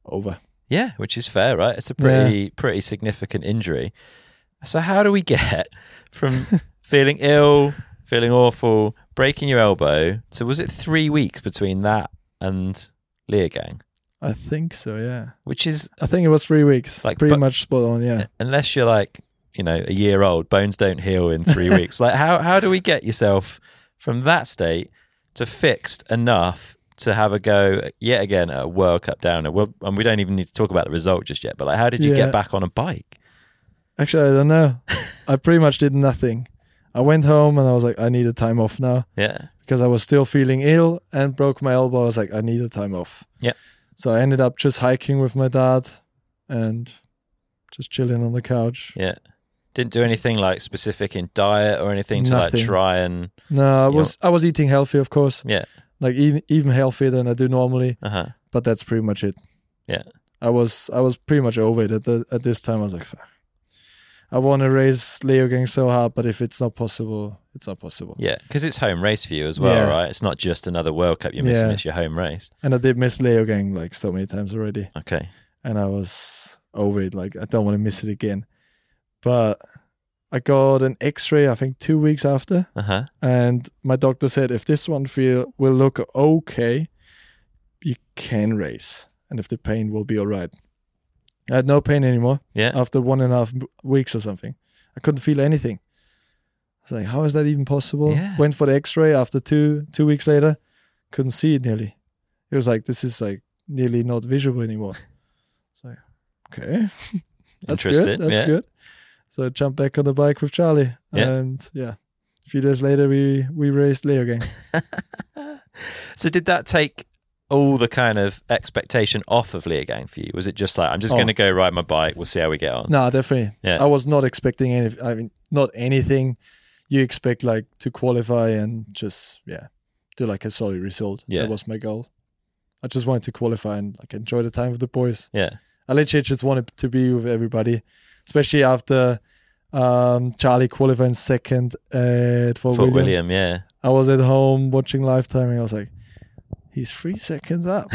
S2: over.
S1: yeah, which is fair, right? It's a pretty pretty significant injury. So how do we get from feeling ill, feeling awful, breaking your elbow to was it three weeks between that and Leogang?
S2: I think so, yeah.
S1: Which is
S2: I think it was three
S1: Like,
S2: weeks. Like pretty
S1: but-
S2: much spot on, yeah.
S1: unless you're like you know a year old bones don't heal in three weeks like how, how do we get yourself from that state to fixed enough to have a go yet again at a world cup downer well and we don't even need to talk about the result just yet but like how did you
S2: Yeah.
S1: get back on a bike
S2: Actually, I don't know. I pretty much did nothing. I went home and I was like, I need a time off now
S1: yeah
S2: because I was still feeling ill and broke my elbow. I was like, I need a time off.
S1: Yep.
S2: So I ended up just hiking with my dad and just chilling on the couch.
S1: yeah didn't do anything like specific in diet or anything to like
S2: Nothing.
S1: try and
S2: No, I
S1: You're-
S2: was I was eating healthy, of course.
S1: Yeah.
S2: Like even even healthier than I do normally,
S1: uh-huh
S2: but that's pretty much it.
S1: Yeah.
S2: I was I was pretty much over it at the, at this time. I was like, "Fuck." I want to race Leo Gang so hard, but if it's not possible, it's not possible.
S1: Yeah, because it's home race for you as well,
S2: Yeah.
S1: right? It's not just another World Cup you're missing;
S2: Yeah.
S1: it's your home race.
S2: And I did miss Leo Gang like so many times already,
S1: Okay,
S2: and I was over it. Like I don't want to miss it again. But I got an X-ray, I think two weeks after,
S1: uh huh.
S2: and my doctor said if this one feel will look okay, you can race, and if the pain will be all right. I had no pain anymore.
S1: Yeah,
S2: after one and a half m- weeks or something. I couldn't feel anything. I was like, how is that even possible?
S1: Yeah.
S2: Went for the X-ray after two two weeks later, couldn't see it nearly. It was like this is like nearly not visible anymore. It's like, okay, that's
S1: Interesting,
S2: good. That's
S1: yeah.
S2: good. So I jumped back on the bike with Charlie,
S1: Yeah.
S2: and yeah, a few days later we we raced Leo again.
S1: So did that take all the kind of expectation off of Leah Gang for you? Was it just like I'm just
S2: Oh.
S1: going to go ride my bike, we'll see how we get on?
S2: No, definitely.
S1: Yeah.
S2: I was not expecting any. I mean, not anything. You expect like to qualify and just yeah, do like a solid result.
S1: Yeah.
S2: That was my goal. I just wanted to qualify and like enjoy the time with the boys.
S1: Yeah,
S2: I literally just wanted to be with everybody, especially after um, Charlie qualifying second at Fort,
S1: Fort
S2: William.
S1: William. yeah,
S2: I was at home watching lifetime and I was like, he's three seconds up.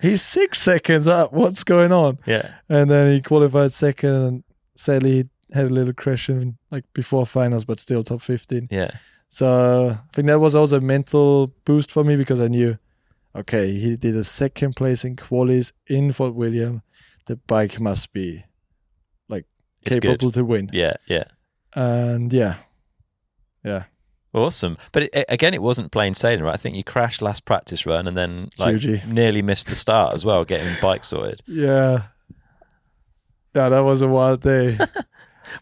S2: he's six seconds up. What's going on?
S1: yeah,
S2: and then he qualified second and sadly he had a little crash in like before finals but still top 15
S1: yeah,
S2: so i think that was also a mental boost for me because i knew okay he did a second place in qualies in fort william the bike must be
S1: it's
S2: capable
S1: good.
S2: to win
S1: Yeah, yeah,
S2: and yeah
S1: awesome. But it, again, it wasn't plain sailing, right? I think you crashed last practice run and then like
S2: Huge.
S1: nearly missed the start as well, getting bike sorted.
S2: yeah yeah that was a wild day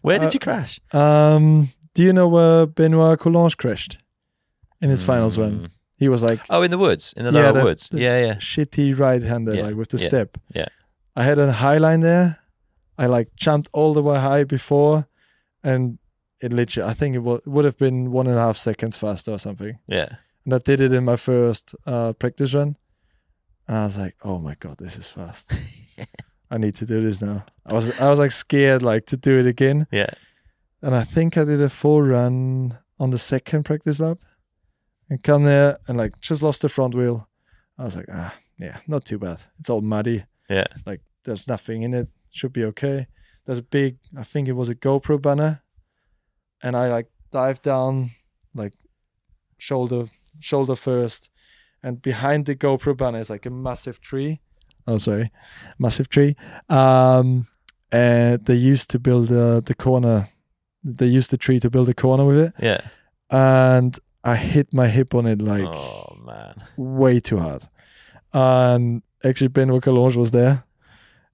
S1: Where did
S2: Uh,
S1: you crash?
S2: um do you know where benoit coulange crashed in his finals run
S1: Mm.
S2: he was like
S1: Oh, in the woods, in the
S2: Yeah,
S1: lower
S2: the-
S1: woods.
S2: the-
S1: yeah, yeah.
S2: shitty right hander,
S1: Yeah,
S2: like with the
S1: yeah,
S2: step.
S1: yeah.
S2: I had a high line there. I like jumped all the way high before, and it literally, I think it wa- would have been one and a half seconds faster or something.
S1: Yeah.
S2: And I did it in my first uh, practice run. And I was like, oh my God, this is fast. I need to do this now. I was, I was like scared, like to do it again.
S1: Yeah.
S2: And I think I did a full run on the second practice lap and come there and like just lost the front wheel. I was like, ah, yeah, not too bad. It's all muddy.
S1: Yeah.
S2: Like there's nothing in it. Should be okay. There's a big, I think it was a GoPro banner. And I like dive down, like shoulder, shoulder first. And behind the GoPro banner is like a massive tree. Oh, sorry. Massive tree. Um, and they used to build uh, the corner. They used the tree to build a corner with it.
S1: Yeah.
S2: And I hit my hip on it like
S1: oh man.
S2: way too hard. And actually, Benoit Collange was there.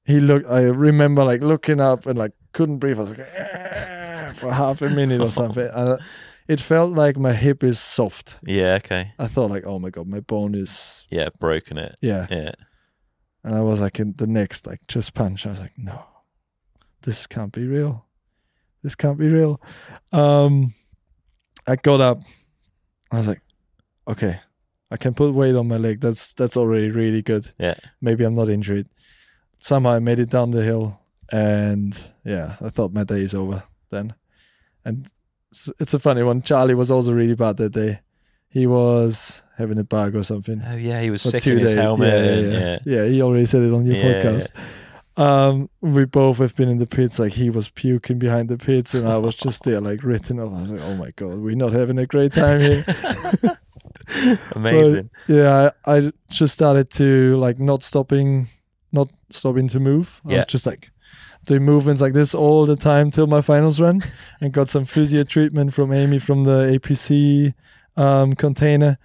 S2: He looked. I remember like looking up and like couldn't breathe. I was like "Ah," for half a minute or something. And it felt like my hip is soft.
S1: Yeah. Okay.
S2: I thought like, oh my god, my bone is
S1: Yeah. Broken it.
S2: yeah.
S1: Yeah.
S2: And I was like in the next like just punch. I was like, no, this can't be real. This can't be real. Um, I got up. I was like, okay, I can put weight on my leg. That's that's already really good.
S1: Yeah.
S2: Maybe I'm not injured. Somehow I made it down the hill, and yeah, I thought my day is over then. And it's, it's a funny one. Charlie was also really bad that day. He was having a bug or something
S1: Oh yeah. He was
S2: for
S1: sick
S2: two
S1: in his
S2: days.
S1: helmet.
S2: Yeah,
S1: and-
S2: yeah,
S1: yeah.
S2: yeah. Yeah, he already said it on your
S1: Yeah,
S2: podcast. Um, we both have been in the pits. Like he was puking behind the pits, and I was just there, like written off. I was like, "Oh my god, we're not having a great time here."
S1: Amazing.
S2: yeah, I, I just started to like not stopping, not stopping to move. I
S1: Yeah.
S2: was just like doing movements like this all the time till my finals run, and got some physio treatment from Amy from the APC um, container,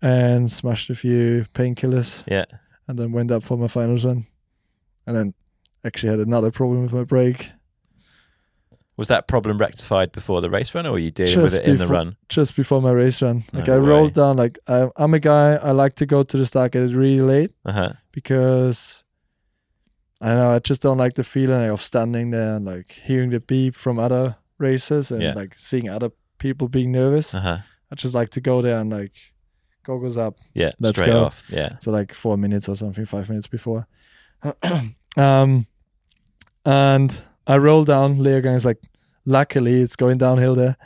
S2: and smashed a few painkillers
S1: yeah.
S2: and then went up for my finals run. And then actually had another problem with my brake
S1: Was that problem rectified before the race run, or were you dealing with
S2: Just
S1: it in the
S2: before-
S1: run?
S2: just before my race run. Like
S1: No
S2: I
S1: way.
S2: rolled down, like I, I'm a guy, I like to go to the stargate really late
S1: Uh huh.
S2: because I don't know, I just don't like the feeling of standing there and like hearing the beep from other races and
S1: Yeah.
S2: like seeing other people being nervous.
S1: Uh huh.
S2: I just like to go there and like goggles up.
S1: Yeah.
S2: Let's
S1: straight
S2: go.
S1: off. Yeah.
S2: so like four minutes or something, five minutes before. um, and I roll down. Leo is like, luckily it's going downhill there.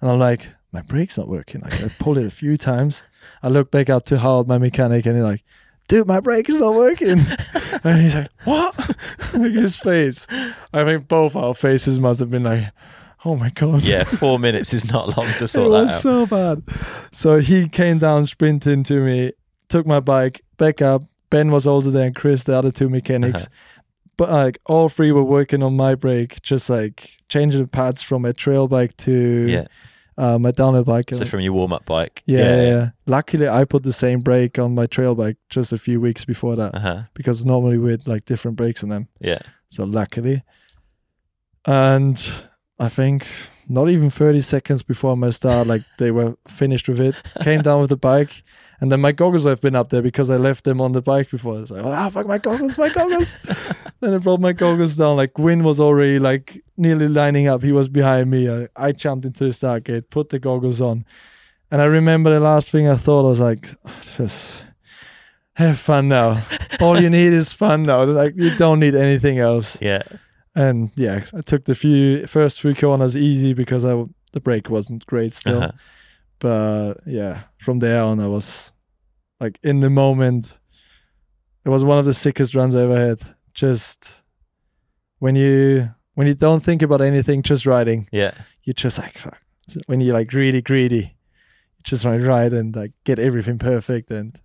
S2: And I'm like, my brake's not working. Like I pulled it a few times. I look back up to Howard, my mechanic, and he's like, dude, my brake is not working. and he's like, what? Look at his face. I think both our faces must have been like, oh my God.
S1: Yeah, four minutes is not long to sort
S2: it
S1: that
S2: was
S1: out.
S2: so bad. So he came down sprinting to me, took my bike back up. Ben was also there, and Chris, the other two mechanics.
S1: Uh-huh.
S2: But like all three were working on my brake, just like changing the pads from a trail bike to
S1: yeah.
S2: um, a downhill bike.
S1: So
S2: And-
S1: from your warm up bike.
S2: yeah, yeah, yeah. Luckily, I put the same brake on my trail bike just a few weeks before that
S1: Uh huh.
S2: because normally we had like different brakes on them.
S1: Yeah.
S2: So luckily, and I think not even 30 seconds before my start, like they were finished with it. Came down with the bike, and then my goggles have been up there because I left them on the bike before. It's like, oh fuck, my goggles, my goggles. then I brought my goggles down. Like Gwyn was already like nearly lining up. He was behind me. I, I jumped into the start gate, put the goggles on, and I remember the last thing I thought I was like, "Oh, just. Have fun now. All you need is fun now. Like you don't need anything else.
S1: Yeah.
S2: And yeah, I took the few first few corners easy because I the break wasn't great still.
S1: Uh-huh.
S2: But yeah, from there on, I was like in the moment. It was one of the sickest runs I ever had. Just when you when you don't think about anything, just riding.
S1: Yeah.
S2: You're just like fuck. when you're like really greedy, you just want to ride and like get everything perfect. And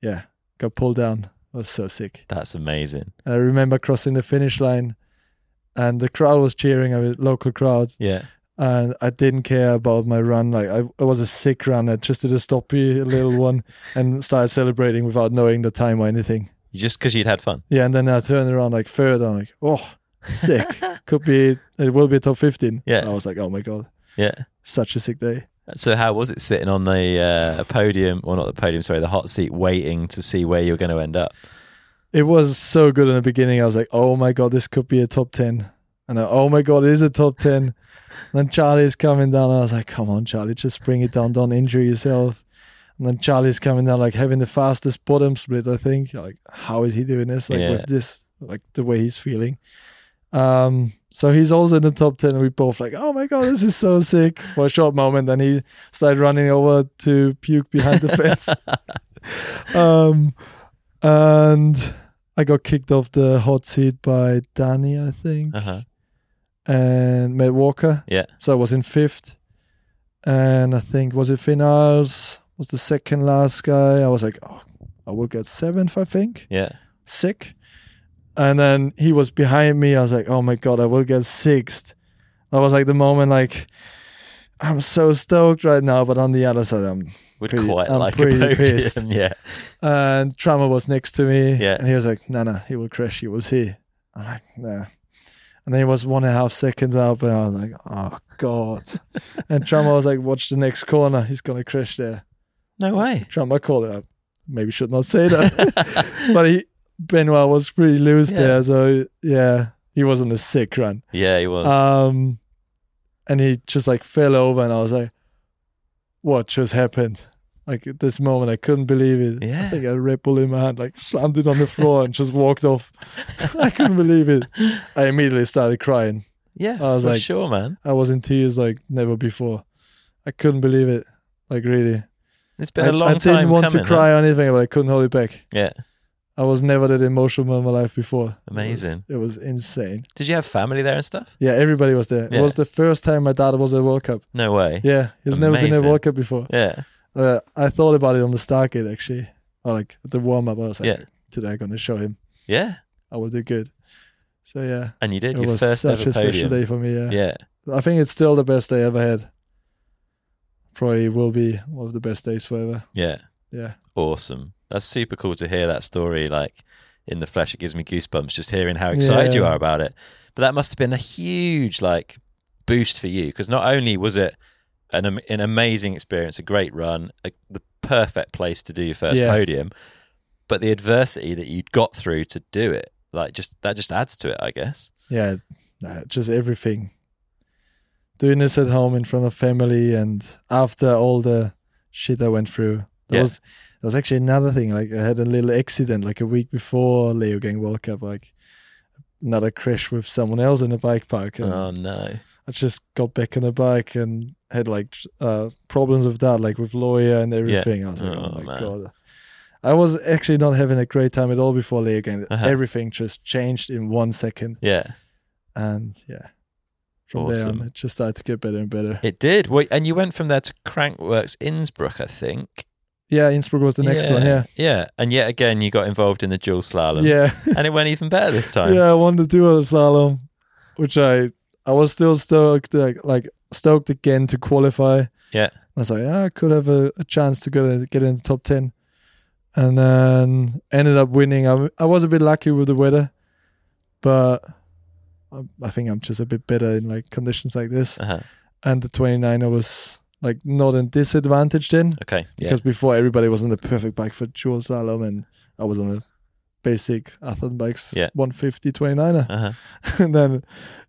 S2: yeah, got pulled down. I was so sick.
S1: That's amazing.
S2: And I remember crossing the finish line and the crowd was cheering, I was local crowd,
S1: Yeah.
S2: and I didn't care about my run. Like I, it was a sick run. I just did a stoppy, a little one, and started celebrating without knowing the time or anything.
S1: Just because you'd had fun.
S2: Yeah, and then I turned around like third, I'm like, oh, sick. Could be it will be top fifteen.
S1: Yeah.
S2: I was like, oh my god,
S1: Yeah.
S2: such a sick day.
S1: So how was it sitting on the uh, podium, or not the podium, sorry, the hot seat, waiting to see where you're going to end up?
S2: It was so good in the beginning. I was like, oh my god, this could be a top ten. And I, oh my god, it is a top ten. And then Charlie's coming down. I was like, come on, Charlie, just bring it down. Don't injure yourself. And then Charlie's coming down, like having the fastest bottom split. I think. Like, how is he doing this? Like
S1: Yeah.
S2: with this, like the way he's feeling. Um, so he's also in the top ten, and we both like, oh my god, this is so sick. For a short moment, then he started running over to puke behind the fence. um, and I got kicked off the hot seat by Danny, I think,
S1: Uh-huh.
S2: and Matt Walker.
S1: Yeah.
S2: So I was in fifth, and I think was it Finals was the second last guy. I was like, oh, I will get seventh, I think,
S1: Yeah.
S2: sick. And then he was behind me. I was like, oh my god, I will get sixth. That was like the moment, like. I'm so stoked right now, but on the other side, I'm
S1: Would
S2: Pretty-
S1: quite
S2: I'm
S1: like a
S2: pretty
S1: podium.
S2: pissed.
S1: Yeah.
S2: and Trauma was next to me.
S1: Yeah.
S2: And he was like, no, no, he will crash, he was here. I'm like, nah. And then he was one and a half seconds up, and I was like, oh, God. and Trauma was like, watch the next corner, he's going to crash there.
S1: No way.
S2: Trauma called it up. Maybe should not say that. but he, Benoit was pretty loose
S1: Yeah.
S2: there. So, yeah, he was on a sick run.
S1: yeah, he was.
S2: Um, and he just like fell over, and I was like, "What just happened?" Like at this moment, I couldn't believe it. I
S1: Yeah.
S2: think I had a Red Bull in my hand, like slammed it on the floor, and just walked off. I couldn't believe it. I immediately started crying.
S1: yeah,
S2: I was
S1: for
S2: like-
S1: sure, man.
S2: I was in tears like never before. I couldn't believe it. Like really,
S1: It's
S2: I
S1: been a long
S2: I didn't
S1: time
S2: want
S1: coming.
S2: to
S1: huh?
S2: cry or anything, but I couldn't hold it back.
S1: Yeah.
S2: I was never that emotional in my life before. It was-
S1: Amazing.
S2: It was, insane.
S1: Did you have family there and stuff?
S2: Yeah, everybody was there.
S1: Yeah.
S2: It was the first time my dad was at World Cup.
S1: No way.
S2: Yeah, he's never been at
S1: Amazing.
S2: World Cup before.
S1: Yeah.
S2: Uh, I thought about it on the Stargate actually, or like at the warm up. I was like,
S1: Yeah.
S2: today I'm gonna show him.
S1: Yeah.
S2: I will do good. So yeah,
S1: And you did
S2: it
S1: your
S2: was
S1: first
S2: such
S1: ever
S2: a special
S1: podium.
S2: day for me. Yeah.
S1: Yeah.
S2: I think it's still the best day I ever had. Probably will be one of the best days forever.
S1: Yeah.
S2: Yeah,
S1: Awesome. That's super cool to hear that story like in the flesh. It gives me goosebumps just hearing how excited you
S2: Yeah.
S1: are about it. But that must have been a huge like boost for you because not only was it an am- an amazing experience, a great run, a, the perfect place to do your first
S2: Yeah.
S1: podium, but the adversity that you'd got through to do it, like just that just adds to it, I guess.
S2: yeah, nah, just everything. Doing this at home in front of family and after all the shit I went through. That
S1: Yeah.
S2: was that was actually another thing. Like I had a little accident like a week before Leo Gang World Cup, like another crash with someone else in a bike park. And
S1: Oh no.
S2: I just got back on the bike and had like tr- uh, problems with that, like with lawyer and everything. I was like, oh,
S1: Oh,
S2: my
S1: man.
S2: god. I was actually not having a great time at all before League, and
S1: Uh-huh.
S2: everything just changed in one second.
S1: Yeah,
S2: And yeah, from there
S1: Awesome.
S2: on, it just started to get better and better.
S1: it did. Well, and you went from there to Crankworks Innsbruck, I think.
S2: yeah, Innsbruck was the next one. Yeah,
S1: yeah, and yet again you got involved in the dual slalom.
S2: yeah.
S1: and it went even better this time.
S2: Yeah, I won the duo slalom, which I I was still stoked like, like stoked again to qualify.
S1: Yeah.
S2: I was like, "Ah, I could have a, a chance to get in- get in the top ten, and then ended up winning. I I was a bit lucky with the weather, but I, I think I'm just a bit better in like conditions like this.
S1: Uh-huh.
S2: And the 29er was like not in disadvantage then
S1: Okay. Yeah.
S2: because before everybody was on the perfect bike for dual slalom, and I was on a basic Athlon bikes
S1: Yeah.
S2: 150 29er
S1: Uh-huh.
S2: and then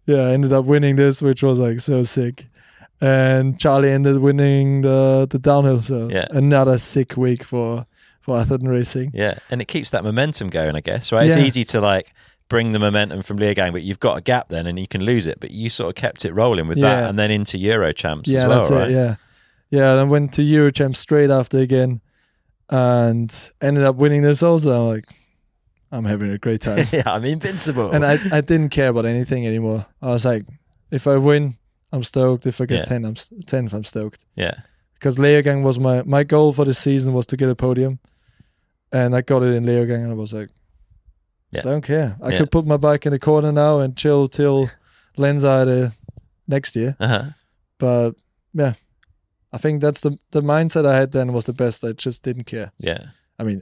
S2: yeah, I ended up winning this, which was like so sick. And Charlie ended winning the the downhill, so
S1: Yeah.
S2: another sick week for for athlon racing.
S1: Yeah. And it keeps that momentum going, I guess, right? It's
S2: Yeah.
S1: easy to like bring the momentum from Lear Gang, but you've got a gap then and you can lose it. But you sort of kept it rolling with that
S2: Yeah.
S1: and then into Euro champs
S2: yeah,
S1: as well,
S2: that's
S1: right?
S2: it. Yeah, yeah. And I went to Eurochamp straight after again, and ended up winning this also. I'm like, I'm having a great time,
S1: yeah, I'm invincible.
S2: and I I didn't care about anything anymore. I was like, if I win, I'm stoked. If I get
S1: Yeah.
S2: 10, I'm st- 10th, I'm stoked.
S1: yeah.
S2: because Leogang was my my goal for the season was to get a podium, and I got it in Leogang, and I was like,
S1: Yeah.
S2: don't care. I
S1: Yeah.
S2: could put my bike in the corner now and chill till Lenzide uh, next year.
S1: Uh-huh.
S2: But yeah, I think that's the the mindset I had then was the best. I just didn't care.
S1: Yeah.
S2: I mean,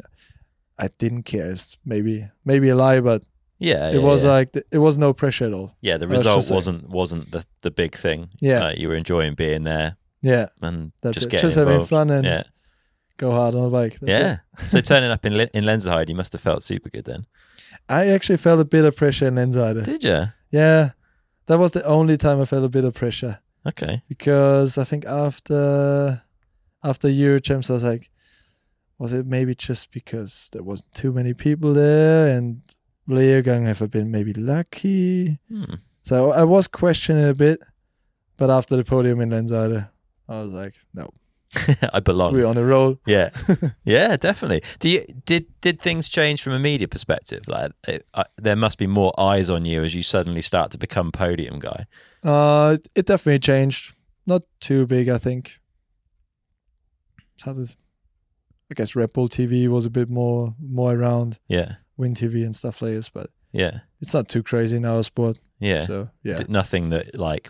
S2: I didn't care. It's maybe maybe a lie, but
S1: Yeah.
S2: it
S1: yeah,
S2: was
S1: yeah.
S2: like it was no pressure at all.
S1: yeah, the
S2: was
S1: result
S2: just like-
S1: wasn't wasn't the, the big thing.
S2: Yeah.
S1: Uh, you were enjoying being there
S2: Yeah,
S1: and
S2: that's
S1: just
S2: it.
S1: getting
S2: Just having
S1: involved.
S2: fun and
S1: yeah.
S2: go hard on a bike. That's it.
S1: Yeah. so turning up in Le- in Lenzerheide, you must have felt super good then.
S2: I actually felt a bit of pressure in Lenzide.
S1: Did you?
S2: Yeah, that was the only time I felt a bit of pressure
S1: Okay.
S2: because I think after after Eurochamps, I was like, was it maybe just because there wasn't too many people there and Leogang have I been maybe lucky?
S1: Hmm.
S2: So I was questioning a bit, but after the podium in Lenzade, I was like, no,
S1: I belong.
S2: we're on a roll.
S1: Yeah, yeah, definitely. Do you did did things change from a media perspective? Like, it, I, there must be more eyes on you as you suddenly start to become podium guy.
S2: Uh, it- it definitely changed. Not too big, I think. How did- I guess Red Bull TV was a bit more more around.
S1: Yeah,
S2: Win TV and stuff like this, but
S1: yeah,
S2: it's not too crazy in our sport.
S1: yeah.
S2: So yeah,
S1: Did- nothing that like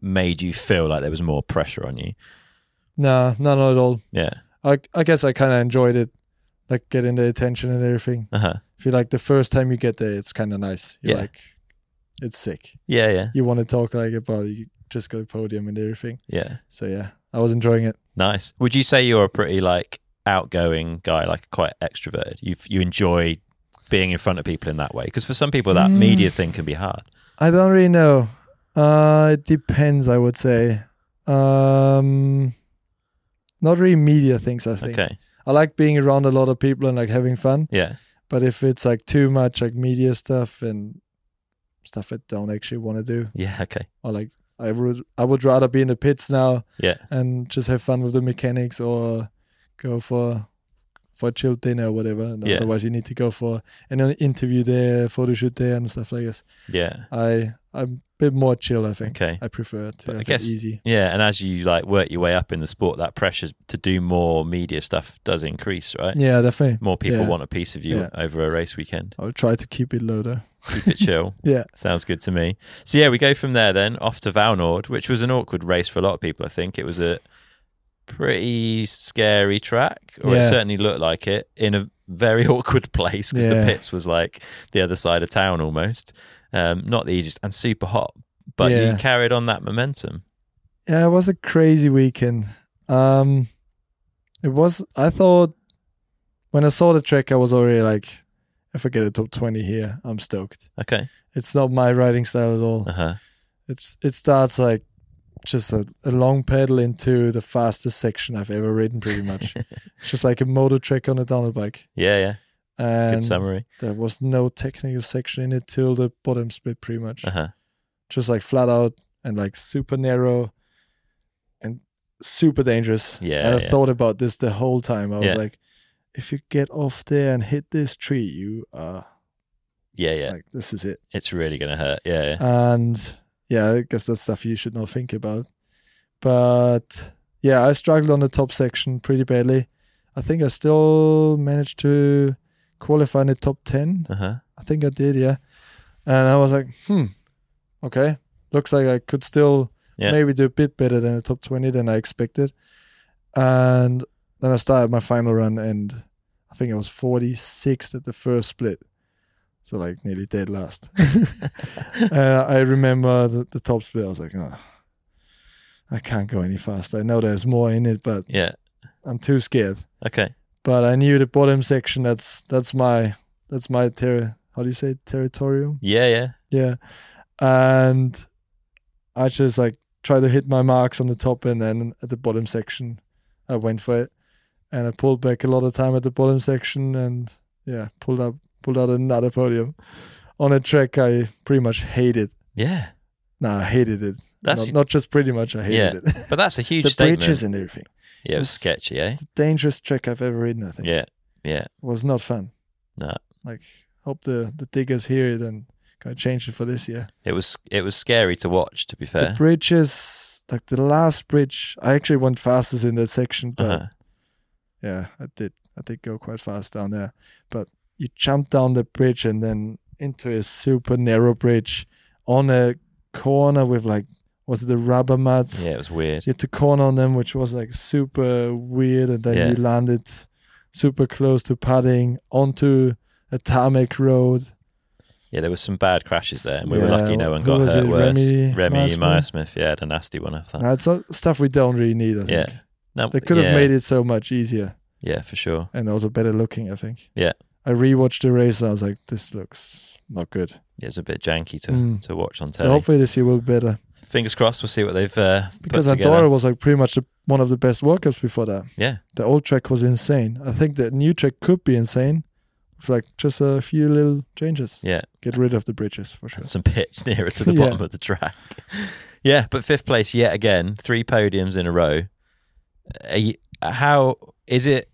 S1: made you feel like there was more pressure on you.
S2: nah, no, not at all.
S1: Yeah.
S2: I I guess I kind of enjoyed it, like getting the attention and everything.
S1: Uh huh.
S2: I feel like the first time you get there, it's kind of nice. You're
S1: Yeah.
S2: like, it's sick.
S1: Yeah, yeah,
S2: You want to talk like about it, you just got a podium and everything.
S1: yeah.
S2: So yeah, I was enjoying it.
S1: Nice. Would you say you're a pretty like outgoing guy, like quite extroverted? You you enjoy being in front of people in that way? Because for some people, that
S2: Mm.
S1: media thing can be hard.
S2: I don't really know. Uh, it depends, I would say. Um, not really media things. I think
S1: Okay.
S2: I like being around a lot of people and like having fun.
S1: Yeah.
S2: But if it's like too much like media stuff and stuff I don't actually want to do,
S1: Yeah. Okay.
S2: or like I would I would rather be in the pits now
S1: Yeah.
S2: and just have fun with the mechanics or go for for a chilled dinner or whatever. And
S1: Yeah.
S2: Otherwise, you need to go for an interview there, photo shoot there, and stuff like this.
S1: Yeah.
S2: I I'm a bit more chill. I think
S1: Okay.
S2: I prefer to
S1: But I
S2: have
S1: guess-
S2: it easy.
S1: Yeah, and as you like work your way up in the sport, that pressure to do more media stuff does increase, right?
S2: Yeah, definitely.
S1: More people
S2: Yeah.
S1: want a piece of you
S2: Yeah.
S1: over a race weekend.
S2: I'll try to keep it low though.
S1: Keep it chill.
S2: Yeah.
S1: Sounds good to me. So yeah, we go from there then off to Valnord, which was an awkward race for a lot of people, I think. It was a pretty scary track, or it
S2: Yeah.
S1: certainly looked like it, in a very awkward place because the
S2: Yeah.
S1: pits was like the other side of town almost. Um, not the easiest and super hot. But you
S2: Yeah.
S1: carried on that momentum.
S2: Yeah, it was a crazy weekend. Um, it was. I thought when I saw the track, I was already like, if I get a top twenty here, I'm stoked.
S1: Okay.
S2: It's not my riding style at all.
S1: Uh-huh.
S2: It's it starts like just a, a long pedal into the fastest section I've ever ridden, pretty much. it's just like a motor track on a downhill bike.
S1: Yeah, yeah. Good
S2: And
S1: summary.
S2: there was no technical section in it till the bottom split, pretty much.
S1: Uh-huh.
S2: Just like flat out and like super narrow and super dangerous.
S1: Yeah,
S2: And I
S1: yeah.
S2: thought about this the whole time. I was
S1: Yeah.
S2: like, if you get off there and hit this tree, you are
S1: Yeah, yeah.
S2: like, Uh, this is it.
S1: it's really going to hurt. Yeah, yeah.
S2: And yeah, I guess that's stuff you should not think about. But yeah, I struggled on the top section pretty badly. I think I still managed to qualify in the top 10.
S1: Uh-huh.
S2: I think I did, yeah. And I was like, hmm, okay. Looks like I could still
S1: Yeah.
S2: maybe do a bit better than the top 20 than I expected. And then I started my final run, and I think I was 46th at the first split. So, like, nearly dead last. uh, I remember the, the top split. I was like, oh, I can't go any faster. I know there's more in it, but
S1: Yeah.
S2: I'm too scared.
S1: Okay.
S2: But I knew the bottom section. That's that's my that's my ter- how do you say it? territorium?
S1: Yeah, yeah.
S2: Yeah. And I just like tried to hit my marks on the top and then at the bottom section I went for it. And I pulled back a lot of time at the bottom section and yeah, pulled up pulled out another podium on a track I pretty much hated.
S1: Yeah.
S2: No, I hated it.
S1: That's
S2: not, not just pretty much, I hated it.
S1: but that's a huge
S2: the
S1: statement.
S2: bridges and everything.
S1: yeah, it was
S2: was-
S1: sketchy, eh?
S2: The dangerous track I've ever ridden, I think.
S1: Yeah. Yeah.
S2: was not fun.
S1: No.
S2: Like hope the, the diggers hear it and kinda change it for this year.
S1: It was it was scary to watch to be
S2: the
S1: fair.
S2: bridge is like the last bridge. I actually went fastest in that section, but
S1: Uh-huh.
S2: yeah, I did. I did go quite fast down there. But you jump down the bridge and then into a super narrow bridge on a corner with like was it the rubber mats?
S1: Yeah, it was weird.
S2: You had to corner on them, which was like super weird, and then
S1: Yeah.
S2: you landed super close to putting onto a tarmac road.
S1: Yeah, there was some bad crashes there, and we were
S2: Yeah,
S1: lucky no one
S2: who
S1: got
S2: was
S1: hurt
S2: it?
S1: worse.
S2: Remy Meyer-Smith?
S1: Meyer-Smith, yeah, had a nasty one after that.
S2: Now, it's not uh, stuff we don't really need. I think
S1: Uh. Yeah. No,
S2: they could
S1: yeah,
S2: have made it so much easier.
S1: Yeah, for sure.
S2: and also better looking, I think.
S1: Yeah.
S2: I rewatched the race and I was like, this looks not good.
S1: Yeah, it's a bit janky to,
S2: Mm.
S1: to watch on
S2: So
S1: telly.
S2: hopefully this year will be better.
S1: Fingers crossed, we'll see what they've uh,
S2: Because
S1: put together.
S2: Andorra was like pretty much the, one of the best World Cups before that.
S1: Yeah.
S2: The old track was insane. I think the new track could be insane with like just a few little changes.
S1: Yeah.
S2: Get rid of the bridges for sure.
S1: and some pits nearer to the
S2: Yeah.
S1: bottom of the track. yeah, but fifth place yet again, three podiums in a row. Are you, how is it?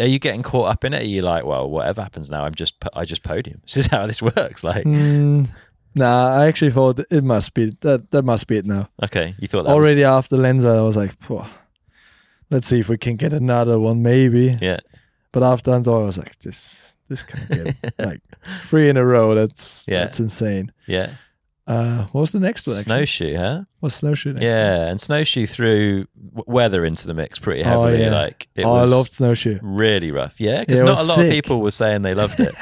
S1: Are you getting caught up in it? Are you like, well, whatever happens now, I'm just po- I just podium. This is how this works. Like,
S2: Mm, nah, I actually thought it must be that that must be it now.
S1: okay, you thought that was-
S2: Already after Lenza, I was like, Phew, let's see if we can get another one, maybe.
S1: yeah,
S2: But after Andorra, I was like, this this can't get like three in a row. That's
S1: Yeah.
S2: that's insane.
S1: yeah,
S2: Uh, what was the next one? actually?
S1: snowshoe, huh?
S2: What's snowshoe next?
S1: yeah, and snowshoe threw w- weather into the mix pretty
S2: Oh,
S1: heavily.
S2: yeah.
S1: Like, it
S2: oh,
S1: was
S2: I loved snowshoe.
S1: really rough. Yeah, because
S2: Yeah, it
S1: not a
S2: was
S1: lot of
S2: sick.
S1: people were saying they loved it.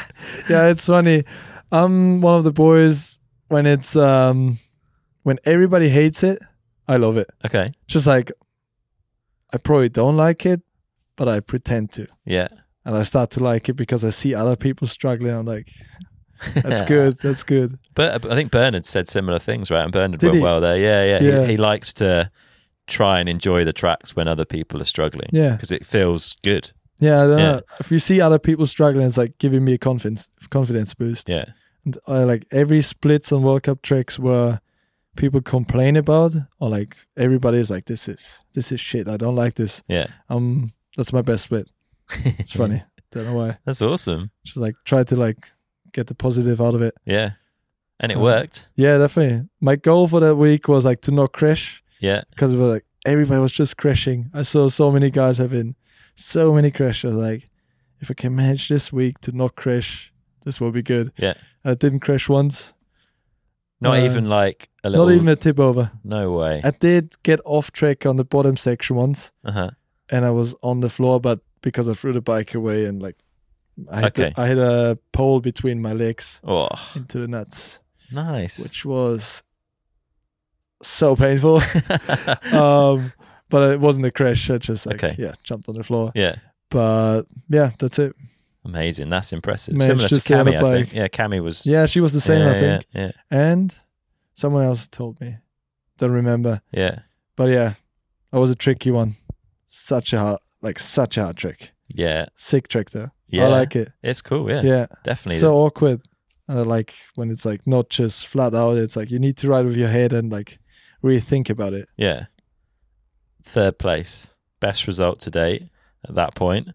S2: yeah, it's funny. I'm one of the boys when it's um when everybody hates it, I love it.
S1: okay,
S2: Just like I probably don't like it, but I pretend to.
S1: yeah,
S2: And I start to like it because I see other people struggling. I'm like, that's good, that's good.
S1: But I think Bernard said similar things, right? And Bernard
S2: Did
S1: went
S2: he?
S1: well there. Yeah, yeah.
S2: Yeah.
S1: He, he likes to try and enjoy the tracks when other people are struggling
S2: Yeah.
S1: because it feels good.
S2: Yeah, I don't
S1: Yeah.
S2: know. If you see other people struggling, it's like giving me a confidence confidence boost.
S1: Yeah,
S2: and I, like every splits on World Cup tracks where people complain about or like everybody is like this is this is shit I don't like this
S1: yeah.
S2: um that's my best split it's funny don't know why
S1: That's awesome.
S2: just like try to like get the positive out of it
S1: Yeah, and it
S2: Um,
S1: worked.
S2: yeah definitely my goal for that week was like to not crash
S1: Yeah,
S2: because it was like everybody was just crashing I saw so many guys having so many crashes like if I can manage this week to not crash this will be good
S1: Yeah.
S2: I didn't crash once
S1: not
S2: uh,
S1: even like a little.
S2: not even Uh, a tip over
S1: no way.
S2: I did get off track on the bottom section once,
S1: Uh huh.
S2: and I was on the floor, but because I threw the bike away and like I had,
S1: Okay.
S2: I had a pole between my legs
S1: Oh,
S2: into the nuts,
S1: nice.
S2: which was so painful. um, but it wasn't a crash. I just like
S1: Okay.
S2: yeah jumped on the floor.
S1: yeah,
S2: But yeah, that's it.
S1: amazing. That's impressive.
S2: Managed
S1: Similar to
S2: to stay on
S1: Cammy,
S2: the
S1: I think.
S2: bike.
S1: Yeah, Cammy was.
S2: Yeah, she was the same,
S1: yeah,
S2: I think.
S1: Yeah,
S2: And someone else told me, don't remember.
S1: yeah, yeah.
S2: But yeah, that was a tricky one. Such a hard, like such a hard trick.
S1: yeah.
S2: Sick trick though.
S1: Yeah.
S2: I like it.
S1: It's cool. Yeah,
S2: Yeah.
S1: definitely.
S2: So uh, awkward. And I like when it's like not just flat out, it's like you need to ride with your head and like really think about it.
S1: Yeah. Third place. Best result to date at that point.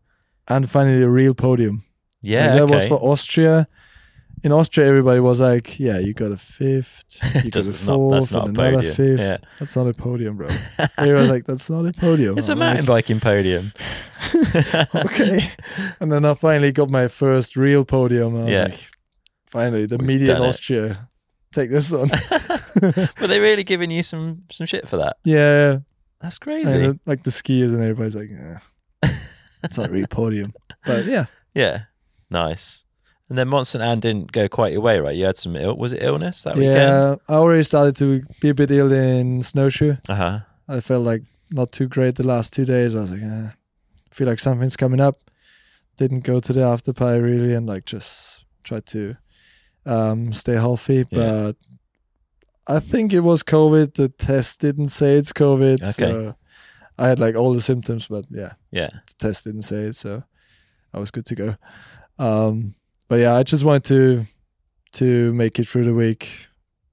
S2: And finally, a real podium.
S1: Yeah.
S2: Like, that
S1: okay.
S2: was for Austria. In Austria, everybody was like, "Yeah, you got a fifth, you got a
S1: Doesn't- not- that's
S2: fourth,
S1: not
S2: and
S1: a
S2: another
S1: podium.
S2: fifth.
S1: Yeah.
S2: That's not a podium, bro." Everyone was like, "That's not a podium."
S1: it's a
S2: I'm
S1: mountain biking podium.
S2: like, okay. And then I finally got my first real podium. I was
S1: Yeah.
S2: like, "Finally, the
S1: We've
S2: media in
S1: done it.
S2: Austria, take this on."
S1: But they really giving you some some shit for that.
S2: yeah,
S1: That's crazy.
S2: and, uh, like the skiers and everybody's like, "Yeah, it's not a real podium," but yeah,
S1: Yeah, nice. And then Mont Saint Anne didn't go quite your way, right? You had some ill was it illness that weekend?
S2: yeah. I already started to be a bit ill in snowshoe.
S1: Uh huh.
S2: I felt like not too great the last two days. I was like, eh, feel like something's coming up. Didn't go to the after party really, and like just tried to um, stay healthy.
S3: Yeah.
S2: But I think it was COVID. The test didn't say it's COVID.
S1: Okay.
S2: So I had like all the symptoms, but yeah,
S1: Yeah.
S2: the test didn't say it, so I was good to go. Um, but yeah, I just wanted to to make it through the week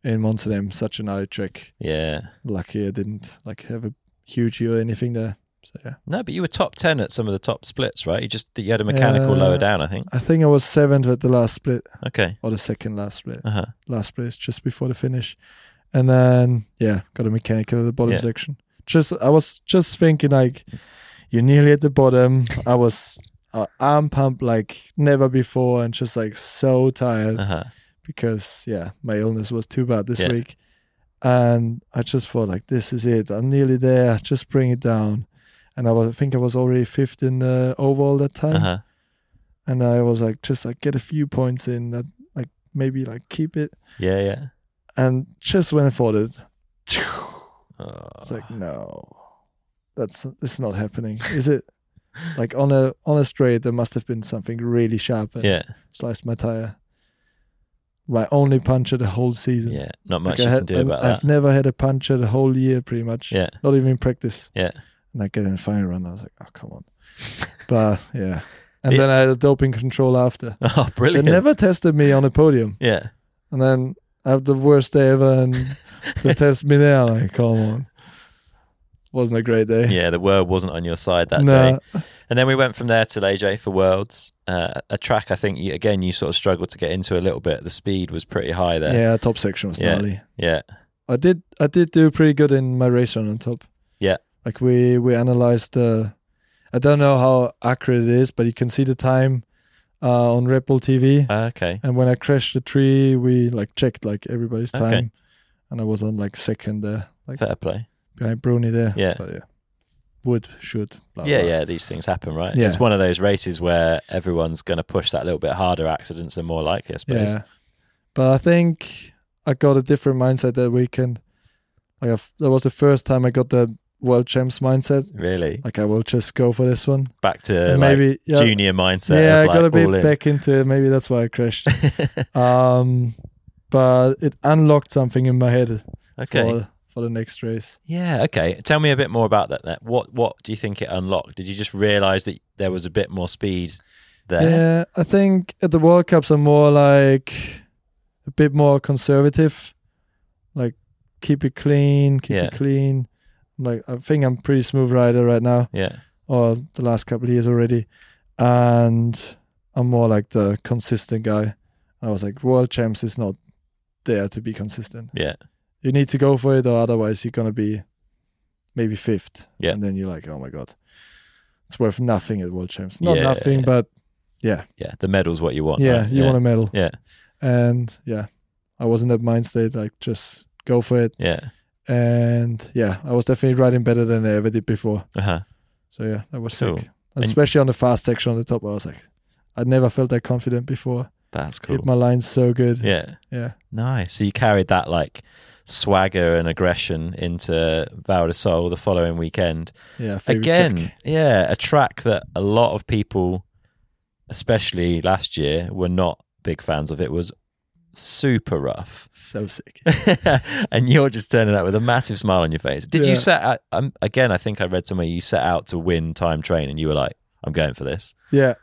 S2: in Montenegro, such an eye trick
S1: Yeah.
S2: lucky I didn't like have a huge year or anything there. So yeah,
S1: No, but you were top ten at some of the top splits, right? You just you had a mechanical
S2: Yeah.
S1: lower down, I think.
S2: I think I was seventh at the last split
S1: Okay.
S2: or the second last split,
S1: Uh huh.
S2: last place just before the finish, and then yeah, got a mechanical at the bottom
S1: Yeah.
S2: section. Just I was just thinking like, you're nearly at the bottom. I was uh, arm pumped like never before, and just like so tired
S1: Uh huh.
S2: because yeah, my illness was too bad this
S1: Yeah.
S2: week. And I just thought like this is it. I'm nearly there. Just bring it down. And I was I think I was already fifth in the overall that time.
S1: Uh huh.
S2: And I was like just like get a few points in that like maybe like keep it.
S1: Yeah. Yeah.
S2: And just when I thought it,
S1: Oh.
S2: it's like no. That's this is not happening. Is it? like on a on a straight there must have been something really sharp and
S1: yeah.
S2: sliced my tire. My only puncher the whole season.
S1: Yeah. Not
S2: Like
S1: much
S2: I
S1: you
S2: had-
S1: can do
S2: I've-
S1: about
S2: I've
S1: that.
S2: never had a puncher the whole year, pretty much.
S1: Yeah.
S2: Not even in practice.
S1: Yeah.
S2: And I get in a final run. I was like, oh, come on. but yeah. And
S1: Yeah.
S2: then I had a doping control after.
S1: Oh,
S2: They
S1: brilliant.
S2: never tested me on a podium.
S1: yeah.
S2: And then I have the worst day ever and they test me there. Like, come on. Wasn't a great day.
S1: Yeah. The world wasn't on your side that day.
S2: no,
S1: And then we went from there to Leje for Worlds, uh, a track I think you, again you sort of struggled to get into a little bit. The speed was pretty high there.
S2: Yeah, top section was
S1: Yeah.
S2: gnarly.
S1: Yeah,
S2: I did I did do pretty good in my race run on top.
S1: Yeah.
S2: Like we we analyzed the I don't know how accurate it is, but you can see the time uh, on Red Bull TV.
S1: Ah, okay.
S2: And when I crashed the tree, we like checked like everybody's
S1: Okay.
S2: time, and I was on like second there, like
S1: Fair play.
S2: behind Bruni there.
S1: Yeah.
S2: but yeah, would should. Blah,
S1: yeah,
S2: blah.
S1: yeah. These things happen, right?
S2: Yeah.
S1: It's one of those races where everyone's going to push that little bit harder. Accidents are more likely, I suppose.
S2: yeah. But I think I got a different mindset that weekend. Like I f- that was the first time I got the world champs mindset.
S1: Really,
S2: Like I will just go for this one.
S1: back to
S2: And
S1: like,
S2: maybe yeah,
S1: junior mindset.
S2: yeah,
S1: of,
S2: I
S1: like,
S2: got a
S1: all
S2: bit
S1: in.
S2: back into it. Maybe that's why I crashed. um, but it unlocked something in my head
S1: okay.
S2: for for the next race.
S1: Yeah. Okay. Tell me a bit more about that. That what what do you think it unlocked? Did you just realize that there was a bit more speed there?
S2: Yeah, I think at the World Cups I'm more like a bit more conservative. Like keep it clean, keep it
S1: Yeah.
S2: clean. Like I think I'm pretty smooth rider right now,
S1: Yeah.
S2: or the last couple of years already. And I'm more like the consistent guy. I was like, World Champs is not there to be consistent.
S1: Yeah.
S2: You need to go for it or otherwise you're gonna be maybe fifth.
S1: Yeah.
S2: And then you're like, Oh my god. It's worth nothing at World Champs. Not
S1: Yeah.
S2: nothing, but
S1: Yeah. The medal's what you want.
S2: yeah,
S1: right?
S2: you want a medal.
S1: Yeah.
S2: And yeah, I was in that mind state, like just go for it.
S1: Yeah.
S2: And yeah, I was definitely riding better than I ever did before.
S1: Uh huh.
S2: So yeah, that was
S1: Cool.
S2: sick.
S1: And-
S2: And especially on the fast section on the top, I was like, I never felt that confident before.
S1: That's cool.
S2: Hit my lines so good. Yeah.
S1: Yeah. Nice. So you carried that like swagger and aggression into Val de Sol the following weekend.
S2: Yeah. favorite
S1: Again,
S2: trick.
S1: yeah, a track that a lot of people, especially last year, were not big fans of. It was super rough.
S2: So sick.
S1: and you're just turning up with a massive smile on your face. Did you
S2: Yeah.
S1: set out? Um, again, I think I read somewhere you set out to win time train and you were like, I'm going for this.
S2: Yeah.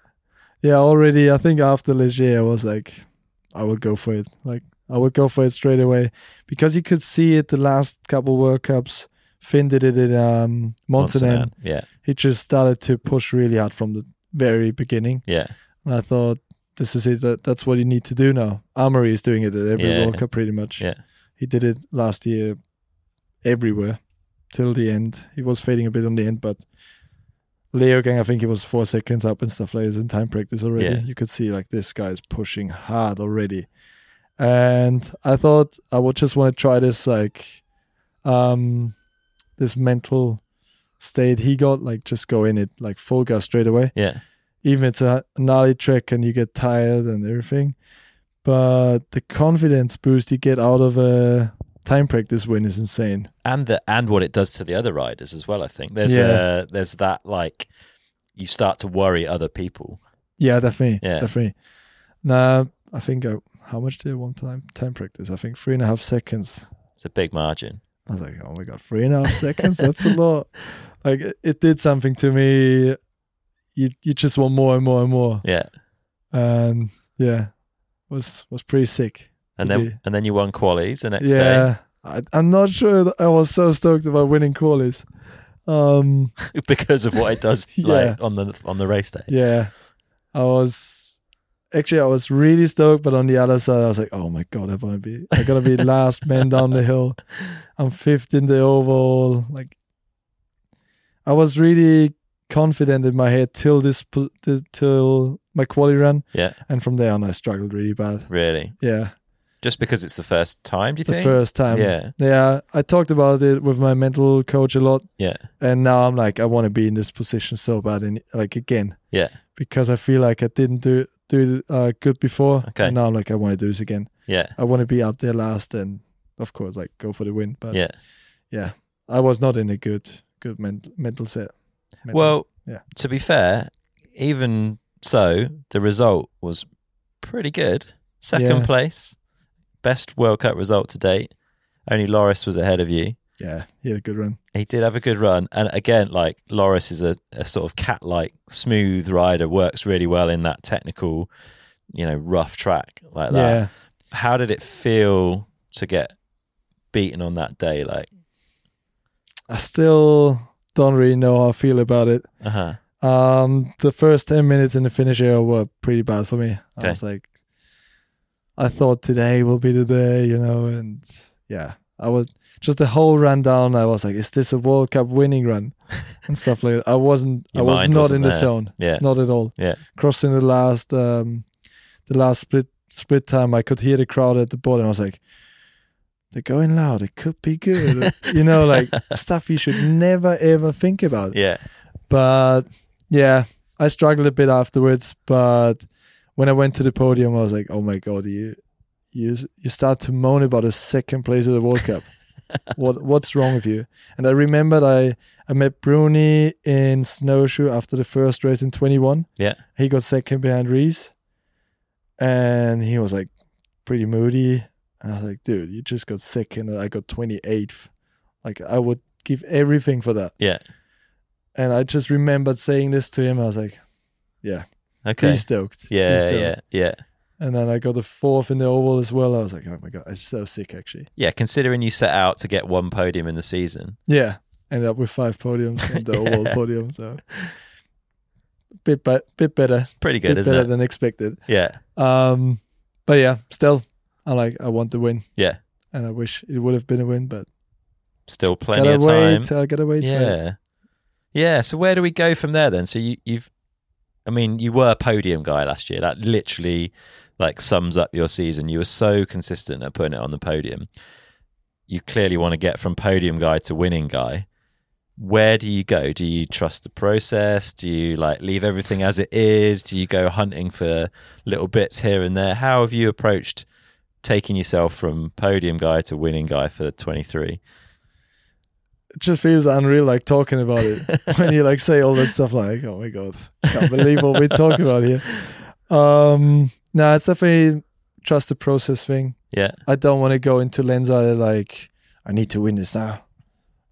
S2: Yeah. Already, I think after Leger, I was like, I will go for it. Like, I would go for it straight away because you could see it the last couple World Cups. Finn did it in um, Montenegro.
S1: Yeah,
S2: He just started to push really hard from the very beginning.
S1: yeah.
S2: And I thought, this is it. That, that's what you need to do now. Amory is doing it at every
S1: Yeah.
S2: World Cup pretty much.
S1: Yeah.
S2: He did it last year everywhere till the end. He was fading a bit on the end, but Leo Gang, I think he was four seconds up and stuff like this in time practice already.
S1: Yeah.
S2: You could see like this guy is pushing hard already. And I thought I would just want to try this like um this mental state he got, like just go in it like full gas straight away
S1: Yeah,
S2: even it's a gnarly trick and you get tired and everything. But the confidence boost you get out of a time practice win is insane.
S1: and the and what it does to the other riders as well. I think there's
S2: Yeah.
S1: a there's that like you start to worry other people.
S2: Yeah, definitely.
S1: Yeah.
S2: Definitely. Now, I think I, how much did I want time time practice? I think three and a half seconds.
S1: It's a big margin.
S2: I was like, oh my god, three and a half seconds? That's a lot. Like it- it did something to me. You you just want more and more and more.
S1: Yeah,
S2: And yeah. Was was pretty sick.
S1: and
S2: to
S1: then
S2: be-
S1: and then you won qualies the next day.
S2: yeah, I, I'm not sure. That I was so stoked about winning qualies. Um,
S1: because of what it does
S2: Yeah.
S1: like on the on the race day.
S2: yeah, I was actually I was really stoked, but on the other side, I was like, oh my god, I'm gonna be I'm gonna be last man down the hill. I'm fifth in the overall. Like, I was really confident in my head till this po- t- till my quali run.
S1: Yeah.
S2: and from there on, I struggled really bad.
S1: Really,
S2: Yeah,
S1: just because it's the first time, do you
S2: the
S1: think?
S2: first time.
S1: yeah,
S2: Yeah, I talked about it with my mental coach a lot.
S1: Yeah.
S2: And now I'm like, I want to be in this position so bad, and like again.
S1: Yeah.
S2: Because I feel like I didn't do do uh, good before.
S1: Okay.
S2: And now I'm like, I want to do this again.
S1: yeah,
S2: I want to be up there last, and of course, like go for the win. But
S1: yeah.
S2: I was not in a good good men- mental set. Mental-
S1: Well,
S2: Yeah.
S1: to be fair, even so, the result was pretty good. Second
S2: Yeah.
S1: place, best World Cup result to date. Only Loris was ahead of you.
S2: yeah, he had a good run.
S1: He did have a good run. And again, like Loris is a, a sort of cat like smooth rider, works really well in that technical, you know, rough track like that.
S2: Yeah.
S1: How did it feel to get beaten on that day? Like,
S2: I still don't really know how I feel about it.
S1: uh huh.
S2: Um, the first ten minutes in the finish area were pretty bad for me.
S1: Okay.
S2: I was like, I thought today will be the day, you know, and yeah, I was just the whole run down. I was like, is this a World Cup winning run and stuff like that. I wasn't.
S1: Your
S2: I was
S1: mind
S2: not
S1: wasn't
S2: in the
S1: there.
S2: zone.
S1: Yeah.
S2: Not at all.
S1: Yeah.
S2: Crossing the last, um, the last split split time, I could hear the crowd at the bottom. I was like, they're going loud. It could be good, you know, like stuff you should never ever think about
S1: Yeah.
S2: but yeah, I struggled a bit afterwards. But when I went to the podium, I was like, "Oh my god, you, you, you start to moan about a second place at the World Cup. what, what's wrong with you?" And I remembered I, I met Bruni in snowshoe after the first race in 21.
S1: Yeah.
S2: he got second behind Reese, and he was like pretty moody. And I was like, "Dude, you just got second, and I got 28th. Like, I would give everything for that."
S1: Yeah.
S2: And I just remembered saying this to him. I was like, pretty
S1: Okay.
S2: stoked. pretty
S1: Yeah.
S2: stoked.
S1: Yeah. Yeah.
S2: And then I got a fourth in the oval as well. I was like, oh my God, it's so sick actually.
S1: Yeah, considering you set out to get one podium in the season.
S2: Yeah. Ended up with five podiums and the oval
S1: Yeah.
S2: podium. So bit, be- bit better.
S1: It's pretty good,
S2: bit
S1: isn't
S2: better
S1: it?
S2: than expected.
S1: yeah.
S2: Um, but yeah, still, I like, I want the win.
S1: Yeah.
S2: And I wish it would have been a win, but
S1: Still plenty
S2: gotta
S1: of time.
S2: wait. I gotta wait for it.
S1: yeah. Yeah. So where do we go from there then? So you, you've I mean, you were a podium guy last year. That literally like sums up your season. You were so consistent at putting it on the podium. You clearly want to get from podium guy to winning guy. Where do you go? Do you trust the process? Do you like leave everything as it is? Do you go hunting for little bits here and there? How have you approached taking yourself from podium guy to winning guy for 23?
S2: It just feels unreal like talking about it. when you like say all that stuff like oh my god can't believe what we talk about here um no it's definitely trust the process thing
S1: Yeah.
S2: i don't want to go into lenzada like i need to win this now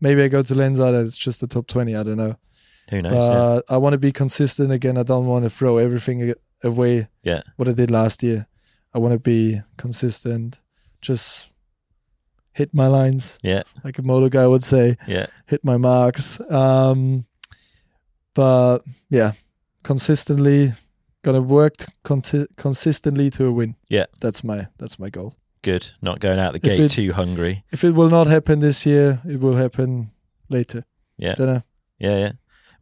S2: maybe i go to lenzada it's just the top 20 i don't know
S1: Who knows? yeah.
S2: but i want to be consistent again i don't want to throw everything a- away
S1: Yeah.
S2: what i did last year i want to be consistent just hit my lines,
S1: Yeah.
S2: like a moto guy would say,
S1: Yeah.
S2: hit my marks. Um, but yeah, consistently gonna work t- conti- consistently to a win.
S1: Yeah.
S2: that's my that's my goal.
S1: Good. Not going out the
S2: If
S1: gate
S2: it-
S1: too hungry.
S2: If it will not happen this year, it will happen later.
S1: Yeah.
S2: Then I
S1: Yeah. Yeah.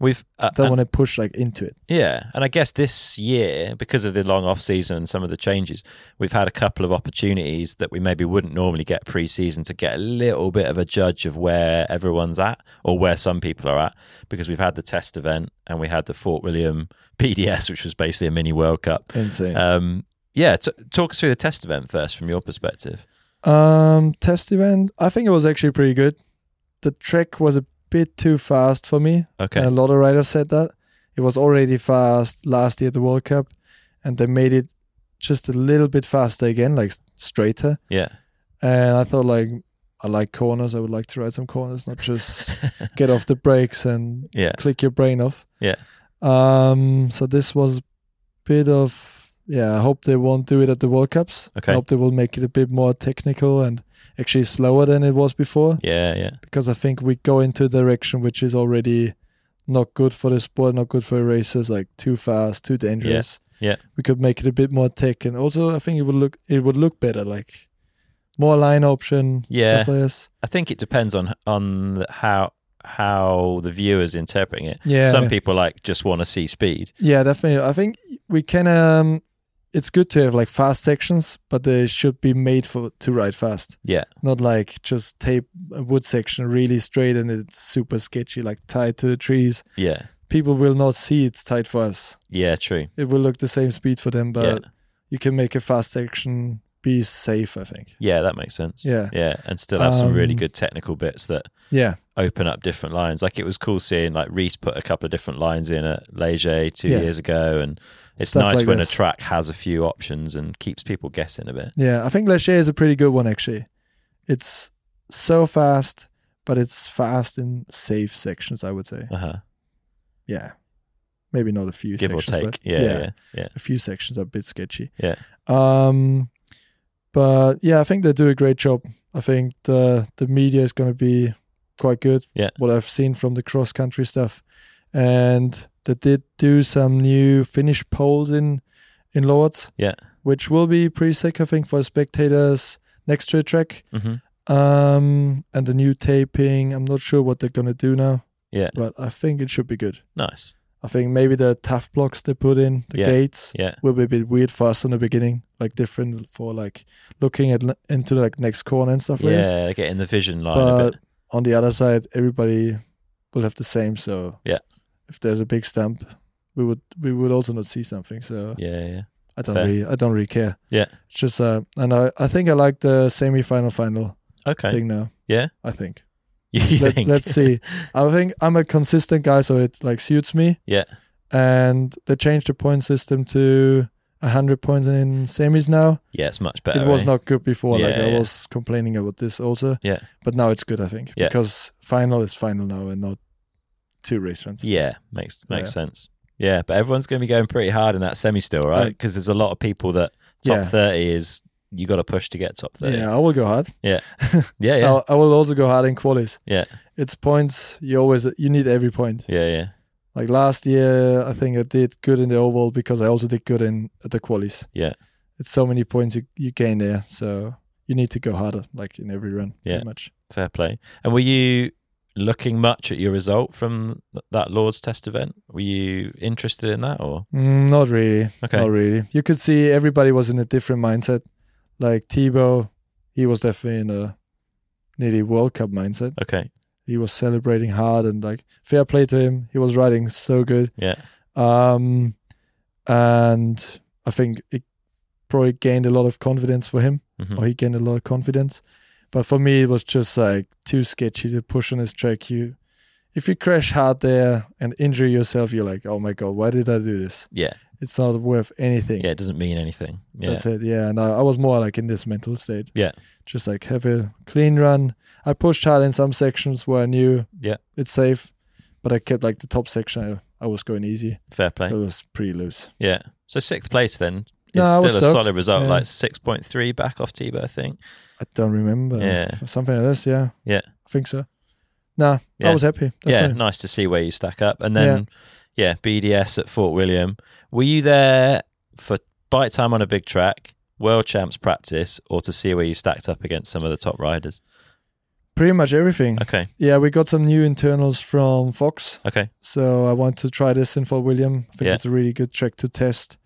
S1: We've uh,
S2: don't
S1: and-
S2: want to push like into it.
S1: Yeah, and I guess this year, because of the long off season and some of the changes, we've had a couple of opportunities that we maybe wouldn't normally get pre-season to get a little bit of a judge of where everyone's at or where some people are at, because we've had the test event and we had the Fort William PDS, which was basically a mini World Cup.
S2: Insane.
S1: Um, yeah, t- talk us through the test event first from your perspective.
S2: Um, test event. I think it was actually pretty good. The track was a bit too fast for me.
S1: Okay,
S2: And a lot of riders said that. It was already fast last year at the World Cup, and they made it just a little bit faster again, like s- straighter.
S1: yeah,
S2: And I thought, like, I like corners. I would like to ride some corners, not just get off the brakes and
S1: yeah,
S2: click your brain off.
S1: Yeah.
S2: Um. So this was a bit of yeah. I hope they won't do it at the World Cups.
S1: Okay.
S2: I hope they will make it a bit more technical and actually slower than it was before
S1: yeah, yeah,
S2: because I think we go into a direction which is already not good for the sport, not good for racers, like too fast, too dangerous.
S1: yeah.
S2: We could make it a bit more tech and also I think it would look it would look better, like more line option,
S1: Yeah.
S2: stuff like this.
S1: I think it depends on on how how the viewers interpreting it.
S2: Yeah.
S1: Some
S2: yeah.
S1: people like just want to see speed.
S2: Yeah, definitely. I think we can um it's good to have like fast sections, but they should be made for to ride fast.
S1: Yeah.
S2: Not like just tape a wood section really straight and it's super sketchy, like tied to the trees.
S1: Yeah.
S2: People will not see it's tied for us.
S1: Yeah, true.
S2: it will look the same speed for them, but you can make a fast action be safe, I think.
S1: Yeah, that makes sense.
S2: Yeah.
S1: Yeah, and still have some really
S2: Um,
S1: good technical bits that
S2: Yeah.
S1: open up different lines. Like it was cool seeing like Reese put a couple of different lines in at Leger two
S2: Yeah.
S1: years ago, and it's
S2: Stuff
S1: nice
S2: like
S1: when
S2: this.
S1: a track has a few options and keeps people guessing a bit.
S2: Yeah. I think Lachey is a pretty good one actually. It's so fast, but it's fast in safe sections, I would say.
S1: Uh huh.
S2: Yeah. Maybe not a few
S1: Give or
S2: sections.
S1: take.
S2: but
S1: Yeah, yeah, yeah,
S2: A few sections are a bit sketchy.
S1: Yeah.
S2: Um but yeah, I think they do a great job. I think the the media is gonna be quite good.
S1: Yeah.
S2: What I've seen from the cross country stuff. And they did do some new Finnish polls in in Lords.
S1: Yeah.
S2: Which will be pretty sick, I think, for spectators next to a track.
S1: hmm
S2: Um and the new taping. I'm not sure what they're gonna do now.
S1: Yeah.
S2: But I think it should be good.
S1: Nice.
S2: I think maybe the tough blocks they put in, the
S1: Yeah.
S2: gates,
S1: Yeah.
S2: will be a bit weird for us in the beginning, like different for like looking at into like next corner and stuff like this.
S1: Yeah, getting the vision line a
S2: But
S1: bit.
S2: on the other side, everybody will have the same. So
S1: Yeah.
S2: if there's a big stamp, we would we would also not see something. So
S1: Yeah, yeah.
S2: I don't
S1: fair.
S2: really I don't really care.
S1: Yeah.
S2: it's just uh, and I I think I like the semi final final
S1: Okay.
S2: thing now.
S1: Yeah?
S2: I think.
S1: you
S2: Let,
S1: think?
S2: Let's see. I think I'm a consistent guy, so it like suits me
S1: Yeah.
S2: and they changed the point system to 100 points in semis now.
S1: Yeah, it's much better.
S2: it was
S1: eh?
S2: not good before. like
S1: Yeah,
S2: I
S1: yeah.
S2: was complaining about this also.
S1: Yeah.
S2: But now it's good, I think,
S1: Yeah.
S2: because final is final now and not two race runs.
S1: Yeah, makes makes
S2: Yeah.
S1: sense. Yeah, but everyone's going to be going pretty hard in that semi still, right?
S2: Like-
S1: Because there's a lot of people that top
S2: Yeah.
S1: thirty is you got to push to get top thirty. Yeah,
S2: Yeah, Oh. I will go hard.
S1: yeah, yeah,
S2: I'll, I will also go hard in qualies.
S1: Yeah.
S2: It's points. You always you need every point.
S1: yeah, yeah.
S2: Like last year, I think I did good in the overall because I also did good in at the qualies.
S1: Yeah.
S2: It's so many points you, you gain there, so you need to go harder, like in every run,
S1: Yeah.
S2: pretty much.
S1: Fair play. And were you looking much at your result from th- that Lords test event? Were you interested in that, or
S2: Mm, Not really.
S1: Okay.
S2: Not really. You could see everybody was in a different mindset. Like Thibaut, he was definitely in a nearly World Cup mindset.
S1: okay,
S2: He was celebrating hard and like fair play to him. He was riding so good.
S1: yeah,
S2: Um, and I think it probably gained a lot of confidence for him,
S1: Mhm.
S2: or he gained a lot of confidence. But for me, it was just like too sketchy to push on his track. You, if you crash hard there and injure yourself, you're like, oh my god, why did I do this?
S1: yeah,
S2: it's not worth anything.
S1: yeah. It doesn't mean anything. Yeah,
S2: That's it. Yeah. And I, I was more like in this mental state.
S1: Yeah.
S2: Just like have a clean run. I pushed hard in some sections where I knew
S1: Yeah.
S2: it's safe, but I kept like the top section. I, I was going easy.
S1: fair
S2: It
S1: play.
S2: was pretty loose.
S1: Yeah. So sixth place then is
S2: Oh. No, I was
S1: still a
S2: stoked.
S1: solid result,
S2: Yeah.
S1: like six point three back off Tebow, I think.
S2: I don't remember.
S1: Yeah.
S2: F- Something like this, yeah.
S1: Yeah.
S2: I think so. Nah,
S1: Yeah.
S2: I was happy.
S1: yeah,
S2: Definitely.
S1: nice to see where you stack up. And then, yeah. BDS at Fort William. Were you there for bite time on a big track, world champs practice, or to see where you stacked up against some of the top riders?
S2: Pretty much everything.
S1: Okay,
S2: Yeah, we got some new internals from Fox.
S1: okay,
S2: So I want to try this in Fort William. I think
S1: Yeah.
S2: it's a really good track to test.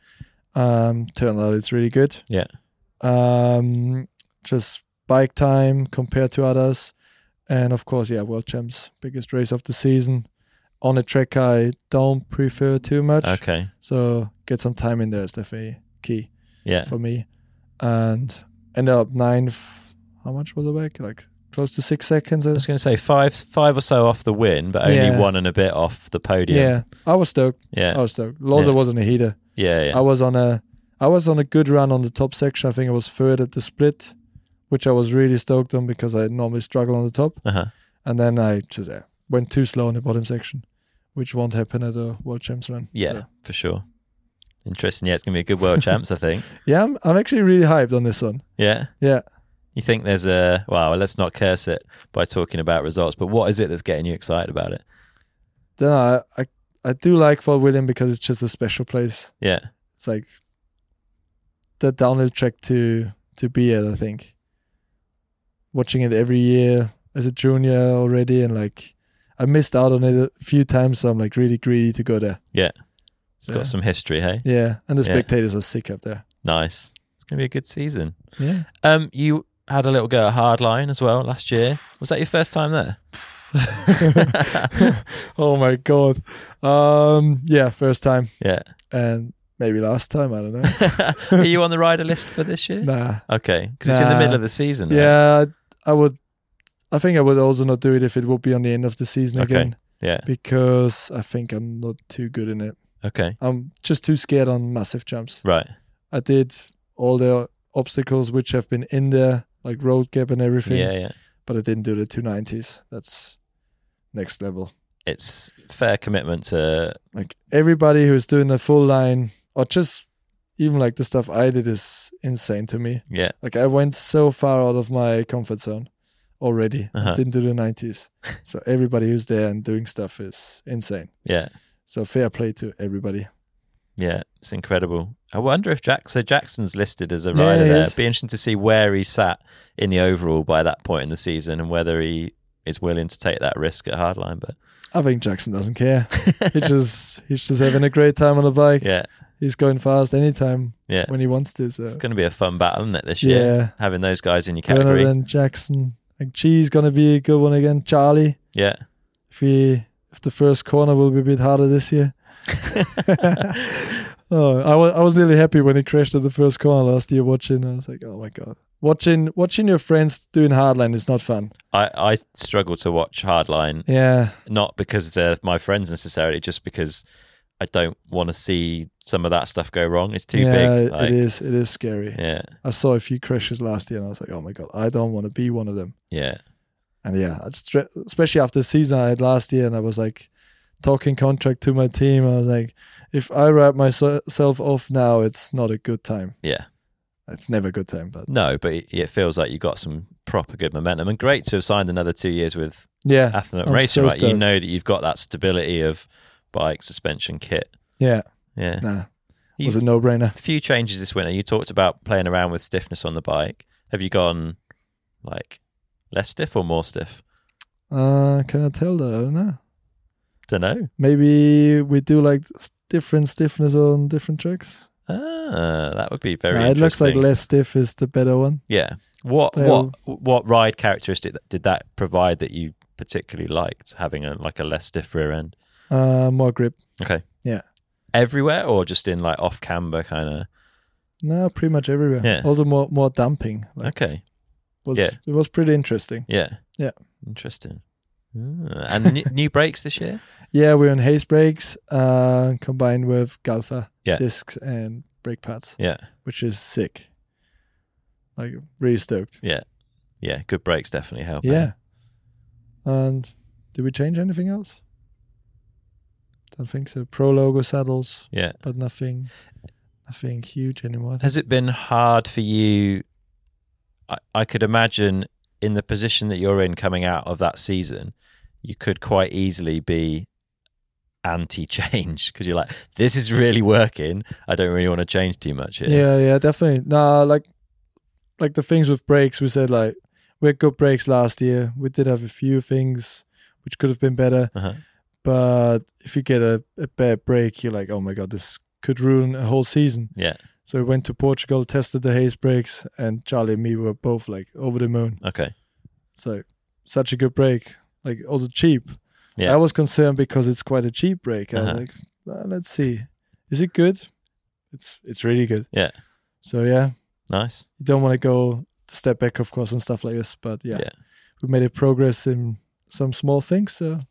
S2: Um, turned out it's really good.
S1: Yeah.
S2: Um, just bike time compared to others, and of course, yeah, World Champs, biggest race of the season. On a track I don't prefer too much,
S1: okay,
S2: so get some time in there is definitely key
S1: yeah,
S2: for me. And ended up ninth. How much was it back? Like close to six seconds.
S1: I was going to say five, five or so off the win, but only
S2: Yeah.
S1: one and a bit off the podium.
S2: yeah, I was stoked. I
S1: yeah, Oh.
S2: was stoked. Loza
S1: Yeah.
S2: wasn't a heater.
S1: yeah, yeah.
S2: I was on a I was on a good run on the top section. I think I was third at the split, which I was really stoked on because I normally struggle on the top.
S1: Uh-huh.
S2: And then I just uh, went too slow on the bottom section, which won't happen at a World Champs run.
S1: Yeah,
S2: So,
S1: for sure. Interesting. Yeah, it's going to be a good world champs, I think.
S2: yeah, I'm, I'm actually really hyped on this one.
S1: Yeah.
S2: Yeah.
S1: You think there's a well, let's not curse it by talking about results, but what is it that's getting you excited about it?
S2: Then I I, I do like Fort William because it's just a special place.
S1: Yeah.
S2: It's like the downhill track to to be at. I think watching it every year as a junior already, and like I missed out on it a few times, so I'm like really greedy to go there.
S1: It's got
S2: Yeah.
S1: some history, hey?
S2: Yeah, and the
S1: Yeah.
S2: spectators are sick up there.
S1: Nice. It's gonna be a good season.
S2: Yeah,
S1: Um, you had a little go at hardline as well last year. Was that your first time there?
S2: oh my god. Um, yeah, first time
S1: Yeah.
S2: and maybe last time. I don't know.
S1: Are you on the rider list for this year?
S2: nah.
S1: Okay, because it's in the
S2: Nah.
S1: middle of the season. right?
S2: Yeah, I I would. I think I would also not do it if it would be on the end of the season
S1: Okay.
S2: again.
S1: Yeah.
S2: because I think I'm not too good in it.
S1: Okay.
S2: I'm just too scared on massive jumps.
S1: Right.
S2: I did all the obstacles which have been in there, like road gap and everything,
S1: Yeah. Yeah.
S2: but I didn't do the 290s. That's next level.
S1: It's fair commitment to.
S2: Like everybody who's doing the full line or just even like the stuff I did is insane to me.
S1: Yeah.
S2: Like I went so far out of my comfort zone already.
S1: Uh-huh.
S2: Didn't do the 90s. so everybody who's there and doing stuff is insane.
S1: Yeah.
S2: So fair play to everybody.
S1: Yeah, it's incredible. I wonder if Jack so Jackson's listed as a
S2: Yeah,
S1: rider
S2: he
S1: there.
S2: is.
S1: It'd be interesting to see where he sat in the overall by that point in the season and whether he is willing to take that risk at hardline. But
S2: I think Jackson doesn't care. he just he's just having a great time on the bike.
S1: yeah,
S2: He's going fast anytime
S1: yeah.
S2: when he wants to. So
S1: It's gonna be a fun battle, isn't it, this year?
S2: yeah,
S1: Having those guys in your
S2: Werner
S1: category.
S2: and Jackson. Like G's gonna be a good one again. Charlie,
S1: Yeah.
S2: if he if the first corner will be a bit harder this year. oh, I was I was really happy when he crashed at the first corner last year. Watching, I was like, oh my god, watching watching your friends doing hardline is not fun.
S1: I, I struggle to watch hardline,
S2: Yeah,
S1: not because they're my friends necessarily, just because I don't want to see some of that stuff go wrong. It's too
S2: yeah,
S1: big. Like,
S2: it is it is scary.
S1: Yeah.
S2: I saw a few crashes last year, and I was like, oh my god, I don't want to be one of them.
S1: Yeah.
S2: And yeah, I'd stre- especially after the season I had last year, and I was like talking contract to my team. I was like, if I write myself off now, it's not a good time.
S1: Yeah.
S2: It's never a good time, but
S1: No, but it, it feels like you got some proper good momentum and great to have signed another two years with
S2: yeah,
S1: Athlon
S2: I'm
S1: Racing,
S2: so
S1: right? You
S2: stoked.
S1: know that you've got that stability of bike, suspension, kit.
S2: yeah,
S1: Yeah.
S2: nah,
S1: uh, You-
S2: was a no brainer.
S1: A few changes this winter. You talked about playing around with stiffness on the bike. Have you gone like less stiff or more stiff?
S2: Uh, can I tell that? I don't know.
S1: Don't know.
S2: Maybe we do like s- different stiffness on different tracks.
S1: Ah, that would be very
S2: Nah, it looks
S1: interesting.
S2: like less stiff is the better one.
S1: yeah. What
S2: They
S1: what what ride characteristic did that provide that you particularly liked having a like a less stiff rear end?
S2: Uh, more grip.
S1: Everywhere or just in like off camber kind of?
S2: No, pretty much everywhere.
S1: Yeah.
S2: Also more more dumping. Like
S1: Okay.
S2: was
S1: yeah.
S2: it was pretty interesting.
S1: Yeah.
S2: Yeah.
S1: Interesting. Ah, and new, new brakes this year?
S2: Yeah, we're on Hayes brakes, uh, combined with Galfa
S1: Yeah.
S2: discs and brake pads,
S1: Yeah.
S2: which is sick. Like really stoked.
S1: Yeah. Good brakes definitely help. eh?
S2: Yeah. And did we change anything else? Don't think so. Pro logo saddles,
S1: Yeah.
S2: but nothing nothing huge anymore.
S1: Has it been hard for you? I, I could imagine in the position that you're in coming out of that season, you could quite easily be anti change because you're like, this is really working. I don't really want to change too much here.
S2: Yeah, yeah, definitely. Nah, like like the things with breaks, we said like we had good breaks last year. We did have a few things which could have been better,
S1: Uh-huh.
S2: but if you get a, a bad break, you're like, oh my god, this could ruin a whole season.
S1: Yeah.
S2: So we went to Portugal, tested the haze breaks, and Charlie and me were both like over the moon.
S1: Okay.
S2: So such a good break, like also cheap.
S1: Yeah.
S2: I was concerned because it's quite a cheap break. I
S1: Uh-huh.
S2: was like, "Uh, let's see, is it good? It's it's really good.
S1: Yeah.
S2: So yeah,
S1: Nice.
S2: you don't want to go to step back, of course, and stuff like this. But yeah,
S1: Yeah.
S2: we made a progress in some small things. So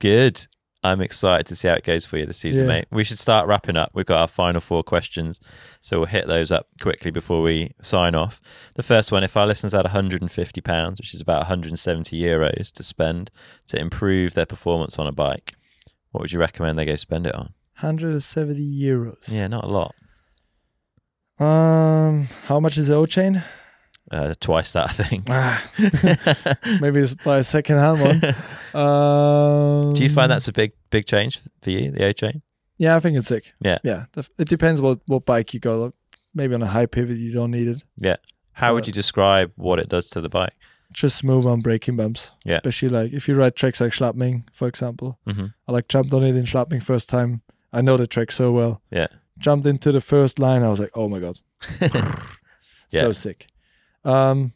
S1: Good. I'm excited to see how it goes for you this season,
S2: Yeah.
S1: mate. We should start wrapping up. We've got our final four questions, so we'll hit those up quickly before we sign off. The first one: If our listeners had 150 pounds, which is about 170 euros, to spend to improve their performance on a bike, what would you recommend they go spend it on?
S2: 170 euros.
S1: Yeah, not a lot.
S2: Um, how much is the O chain?
S1: Uh, twice that, I think.
S2: Ah, maybe just buy a second hand one. Um,
S1: Do you find that's a big, big change for you, the O chain?
S2: Yeah, I think it's sick.
S1: Yeah.
S2: yeah. def- It depends what what bike you got. Like, maybe on a high pivot you don't need it.
S1: How would
S2: Uh,
S1: you describe what it does to the bike?
S2: Just smooth on braking bumps.
S1: Yeah.
S2: Especially like if you ride tracks like Schlappming, for example.
S1: hmm
S2: I like jumped on it in Schlapping first time. I know the track so well.
S1: Yeah.
S2: Jumped into the first line. I was like, oh my God.
S1: Yeah.
S2: So sick. Um,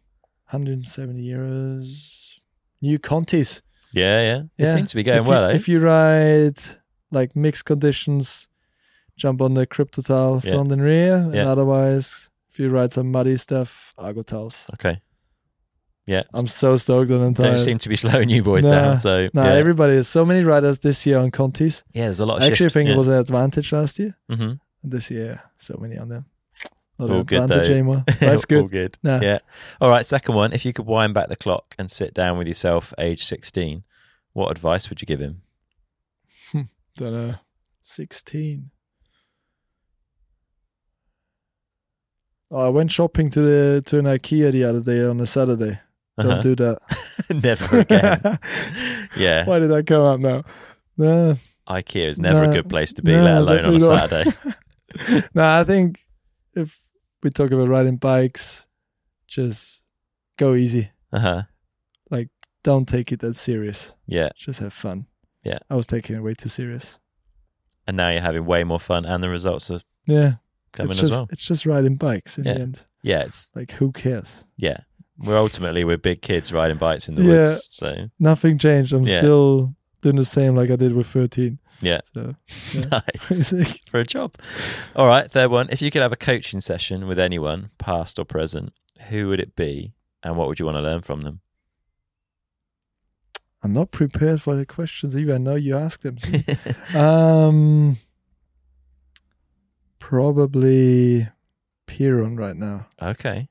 S2: 170 euros. New Contis.
S1: Yeah, yeah. It
S2: Yeah.
S1: seems to be going
S2: if
S1: well,
S2: You,
S1: eh?
S2: If you ride like mixed conditions, jump on the Cryptotal
S1: Yeah.
S2: front and rear. And
S1: Yeah.
S2: otherwise, if you ride some muddy stuff, Argotals.
S1: Okay. Yeah.
S2: I'm Uh, so stoked on them.
S1: Don't
S2: tires.
S1: seem to be slowing you boys
S2: Nah,
S1: down. So
S2: no,
S1: yeah.
S2: everybody. There's so many riders this year on Contis.
S1: yeah, there's a lot of
S2: I actually
S1: shift.
S2: think
S1: yeah.
S2: it was an advantage last year.
S1: Mhm.
S2: this year. So many on them. Not
S1: All
S2: an
S1: good,
S2: advantage
S1: though.
S2: anymore. But That's
S1: All
S2: good.
S1: good.
S2: Nah.
S1: Yeah. All right. Second one. If you could wind back the clock and sit down with yourself, age 16, what advice would you give him?
S2: Then, uh, 16. Oh, I went shopping to the to an IKEA the other day on a Saturday. Don't
S1: Uh-huh.
S2: do that.
S1: never again. yeah.
S2: Why did that come up now? No,
S1: IKEA is never
S2: Nah,
S1: a good place to be,
S2: nah,
S1: let alone on a
S2: definitely not.
S1: Saturday.
S2: no, I think if we talk about riding bikes, just go easy.
S1: uh huh.
S2: Don't take it that serious.
S1: Yeah.
S2: Just have fun.
S1: Yeah.
S2: I was taking it way too serious.
S1: And now you're having way more fun, and the results are
S2: Yeah.
S1: coming
S2: it's
S1: as
S2: just,
S1: well.
S2: It's just riding bikes in
S1: Yeah.
S2: the end.
S1: Yeah. It's
S2: Like, who cares?
S1: yeah. We're ultimately we're big kids riding bikes in the
S2: Yeah.
S1: woods. So
S2: Nothing changed. I'm
S1: Yeah.
S2: still doing the same like I did with 13.
S1: Yeah.
S2: So, Yeah.
S1: nice.
S2: it's like,
S1: for a job. All right, third one. If you could have a coaching session with anyone, past or present, who would it be and what would you want to learn from them?
S2: I'm not prepared for the questions either. I know you asked them. um, probably Piron right now.
S1: okay.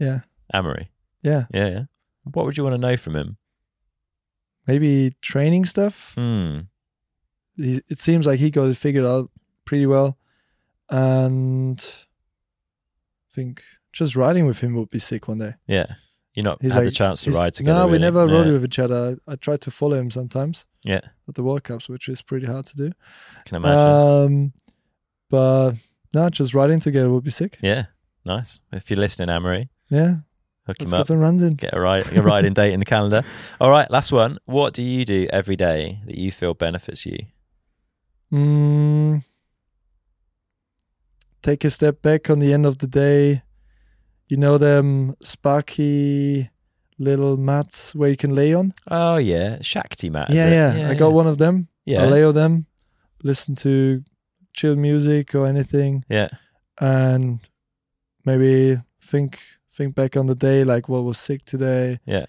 S2: Yeah.
S1: Amory.
S2: Yeah.
S1: Yeah, yeah. What would you want to know from him?
S2: Maybe training stuff.
S1: Hmm.
S2: He, it seems like he got it figured out pretty well. And I think just riding with him would be sick one day.
S1: Yeah. You not
S2: He's
S1: had the
S2: like-
S1: chance to
S2: He's-
S1: ride together.
S2: No, we
S1: really.
S2: never
S1: yeah.
S2: rode with each other. I, I tried to follow him sometimes
S1: Yeah,
S2: at the World Cups, which is pretty hard to do.
S1: can imagine.
S2: Um, but no, just riding together would be sick.
S1: yeah, nice. If you're listening, Amory,
S2: Yeah,
S1: hook
S2: let's
S1: him up.
S2: get some runs in.
S1: Get a ride, a riding date in the calendar. All right, last one. What do you do every day that you feel benefits you?
S2: Mm, take a step back on the end of the day. You know them sparky little mats where you can lay on.
S1: Oh yeah, Shakti mat. Ah, is
S2: yeah,
S1: it?
S2: yeah, I got one of them.
S1: Yeah,
S2: I lay on them, listen to chill music or anything.
S1: yeah.
S2: and maybe think think back on the day like what was sick today
S1: Yeah.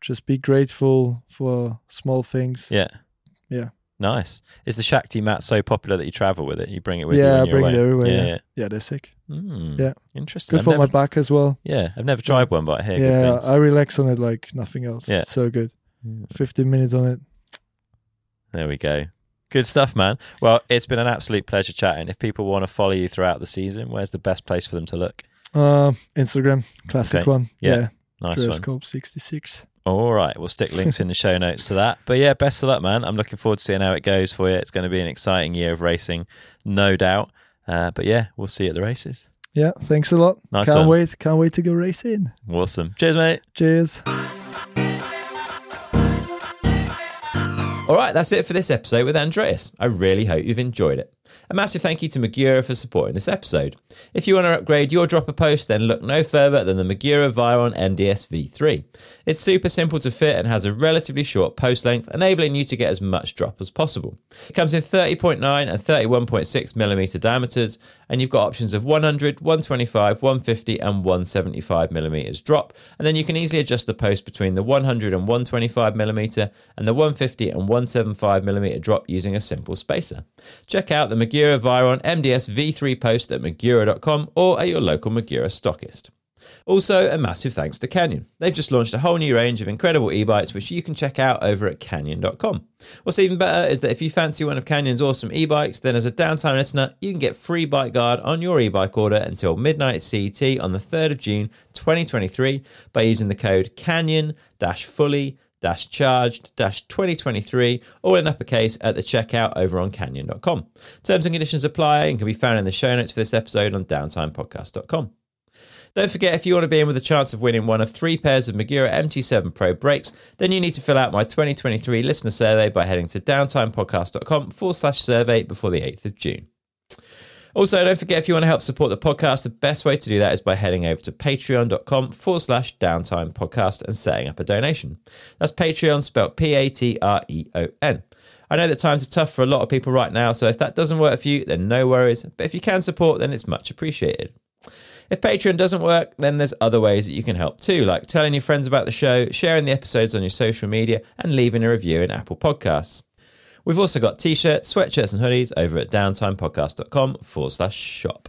S2: just be grateful for small things
S1: Yeah.
S2: Yeah.
S1: Nice. Is the Shakti mat so popular that you travel with it? You bring it with you? when
S2: Yeah, I
S1: you're
S2: bring it
S1: away?
S2: everywhere,
S1: Yeah.
S2: yeah. yeah they're sick
S1: yeah.
S4: Hmm.
S1: Mm,
S2: Yeah.
S1: Interesting.
S2: good
S1: I've
S2: for
S1: never,
S2: my back as well
S1: yeah. I've never
S2: So-
S1: tried one, but I hear good
S2: yeah
S1: things.
S2: i relax on it like nothing else
S1: Yeah.
S4: Hmm.
S2: it's so good
S1: Mm,
S2: 15 minutes on it
S1: There we go.
S4: Good stuff, man. Well, it's been an absolute pleasure chatting. If people want to follow you throughout the season, where's the best place for them to look?
S2: Uh, Instagram, classic
S4: Okay.
S2: one.
S4: Yeah,
S2: Yeah,
S4: Nice one.
S2: Periscope 66.
S4: All right, we'll stick links in the show notes to that. But yeah, best of luck, man. I'm looking forward to seeing how it goes for you. It's going to be an exciting year of racing, no doubt. Uh, but yeah, we'll see you at the races.
S2: Yeah, thanks a lot.
S4: Nice
S2: can't
S4: one.
S2: wait. Can't wait to go racing.
S4: Awesome. Cheers, mate.
S2: Cheers.
S1: All right, that's it for this episode with Andreas. I really hope you've enjoyed it. A massive thank you to Magura for supporting this episode. If you want to upgrade your dropper post, then look no further than the Magura Viron MDS V3. It's super simple to fit and has a relatively short post length, enabling you to get as much drop as possible. It comes in 30.9 and 31.6 millimeter diameters, and you've got options of 100, 125, 150, and 175 millimeters drop, and then you can easily adjust the post between the 100 and 125 millimeter and the 150 and 175 millimeter drop using a simple spacer. Check out the Magura Viron MDS V3 post at magura.com or at your local Magura stockist. Also, a massive thanks to Canyon. They've just launched a whole new range of incredible e bikes, which you can check out over at canyon.com. What's even better is that if you fancy one of Canyon's awesome e bikes, then as a downtime listener, you can get free bike guard on your e bike order until midnight CET on the 3rd of June 2023 by using the code Canyon fully dash charged dash 2023 all in uppercase at the checkout over on canyon.com terms and conditions apply and can be found in the show notes for this episode on downtimepodcast.com don't forget, if you want to be in with a chance of winning one of three pairs of Magura MT7 Pro brakes, then you need to fill out my 2023 listener survey by heading to downtimepodcast.com forward slash survey before the 8th of June. Also, don't forget, if you want to help support the podcast, the best way to do that is by heading over to patreon.com forward slash downtime podcast and setting up a donation. That's Patreon spelled P A T R E O N. I know that times are tough for a lot of people right now, so if that doesn't work for you, then no worries. But if you can support, then it's much appreciated. If Patreon doesn't work, then there's other ways that you can help too, like telling your friends about the show, sharing the episodes on your social media, and leaving a review in Apple Podcasts. We've also got t shirts, sweatshirts, and hoodies over at downtimepodcast.com forward slash shop.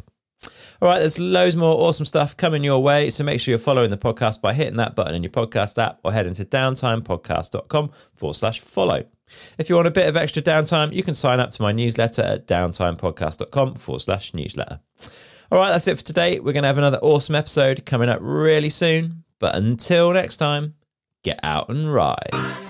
S1: All right, there's loads more awesome stuff coming your way, so make sure you're following the podcast by hitting that button in your podcast app or heading to downtimepodcast.com forward slash follow. If you want a bit of extra downtime, you can sign up to my newsletter at downtimepodcast.com forward slash newsletter. All right, that's it for today. We're going to have another awesome episode coming up really soon. But until next time, get out and ride.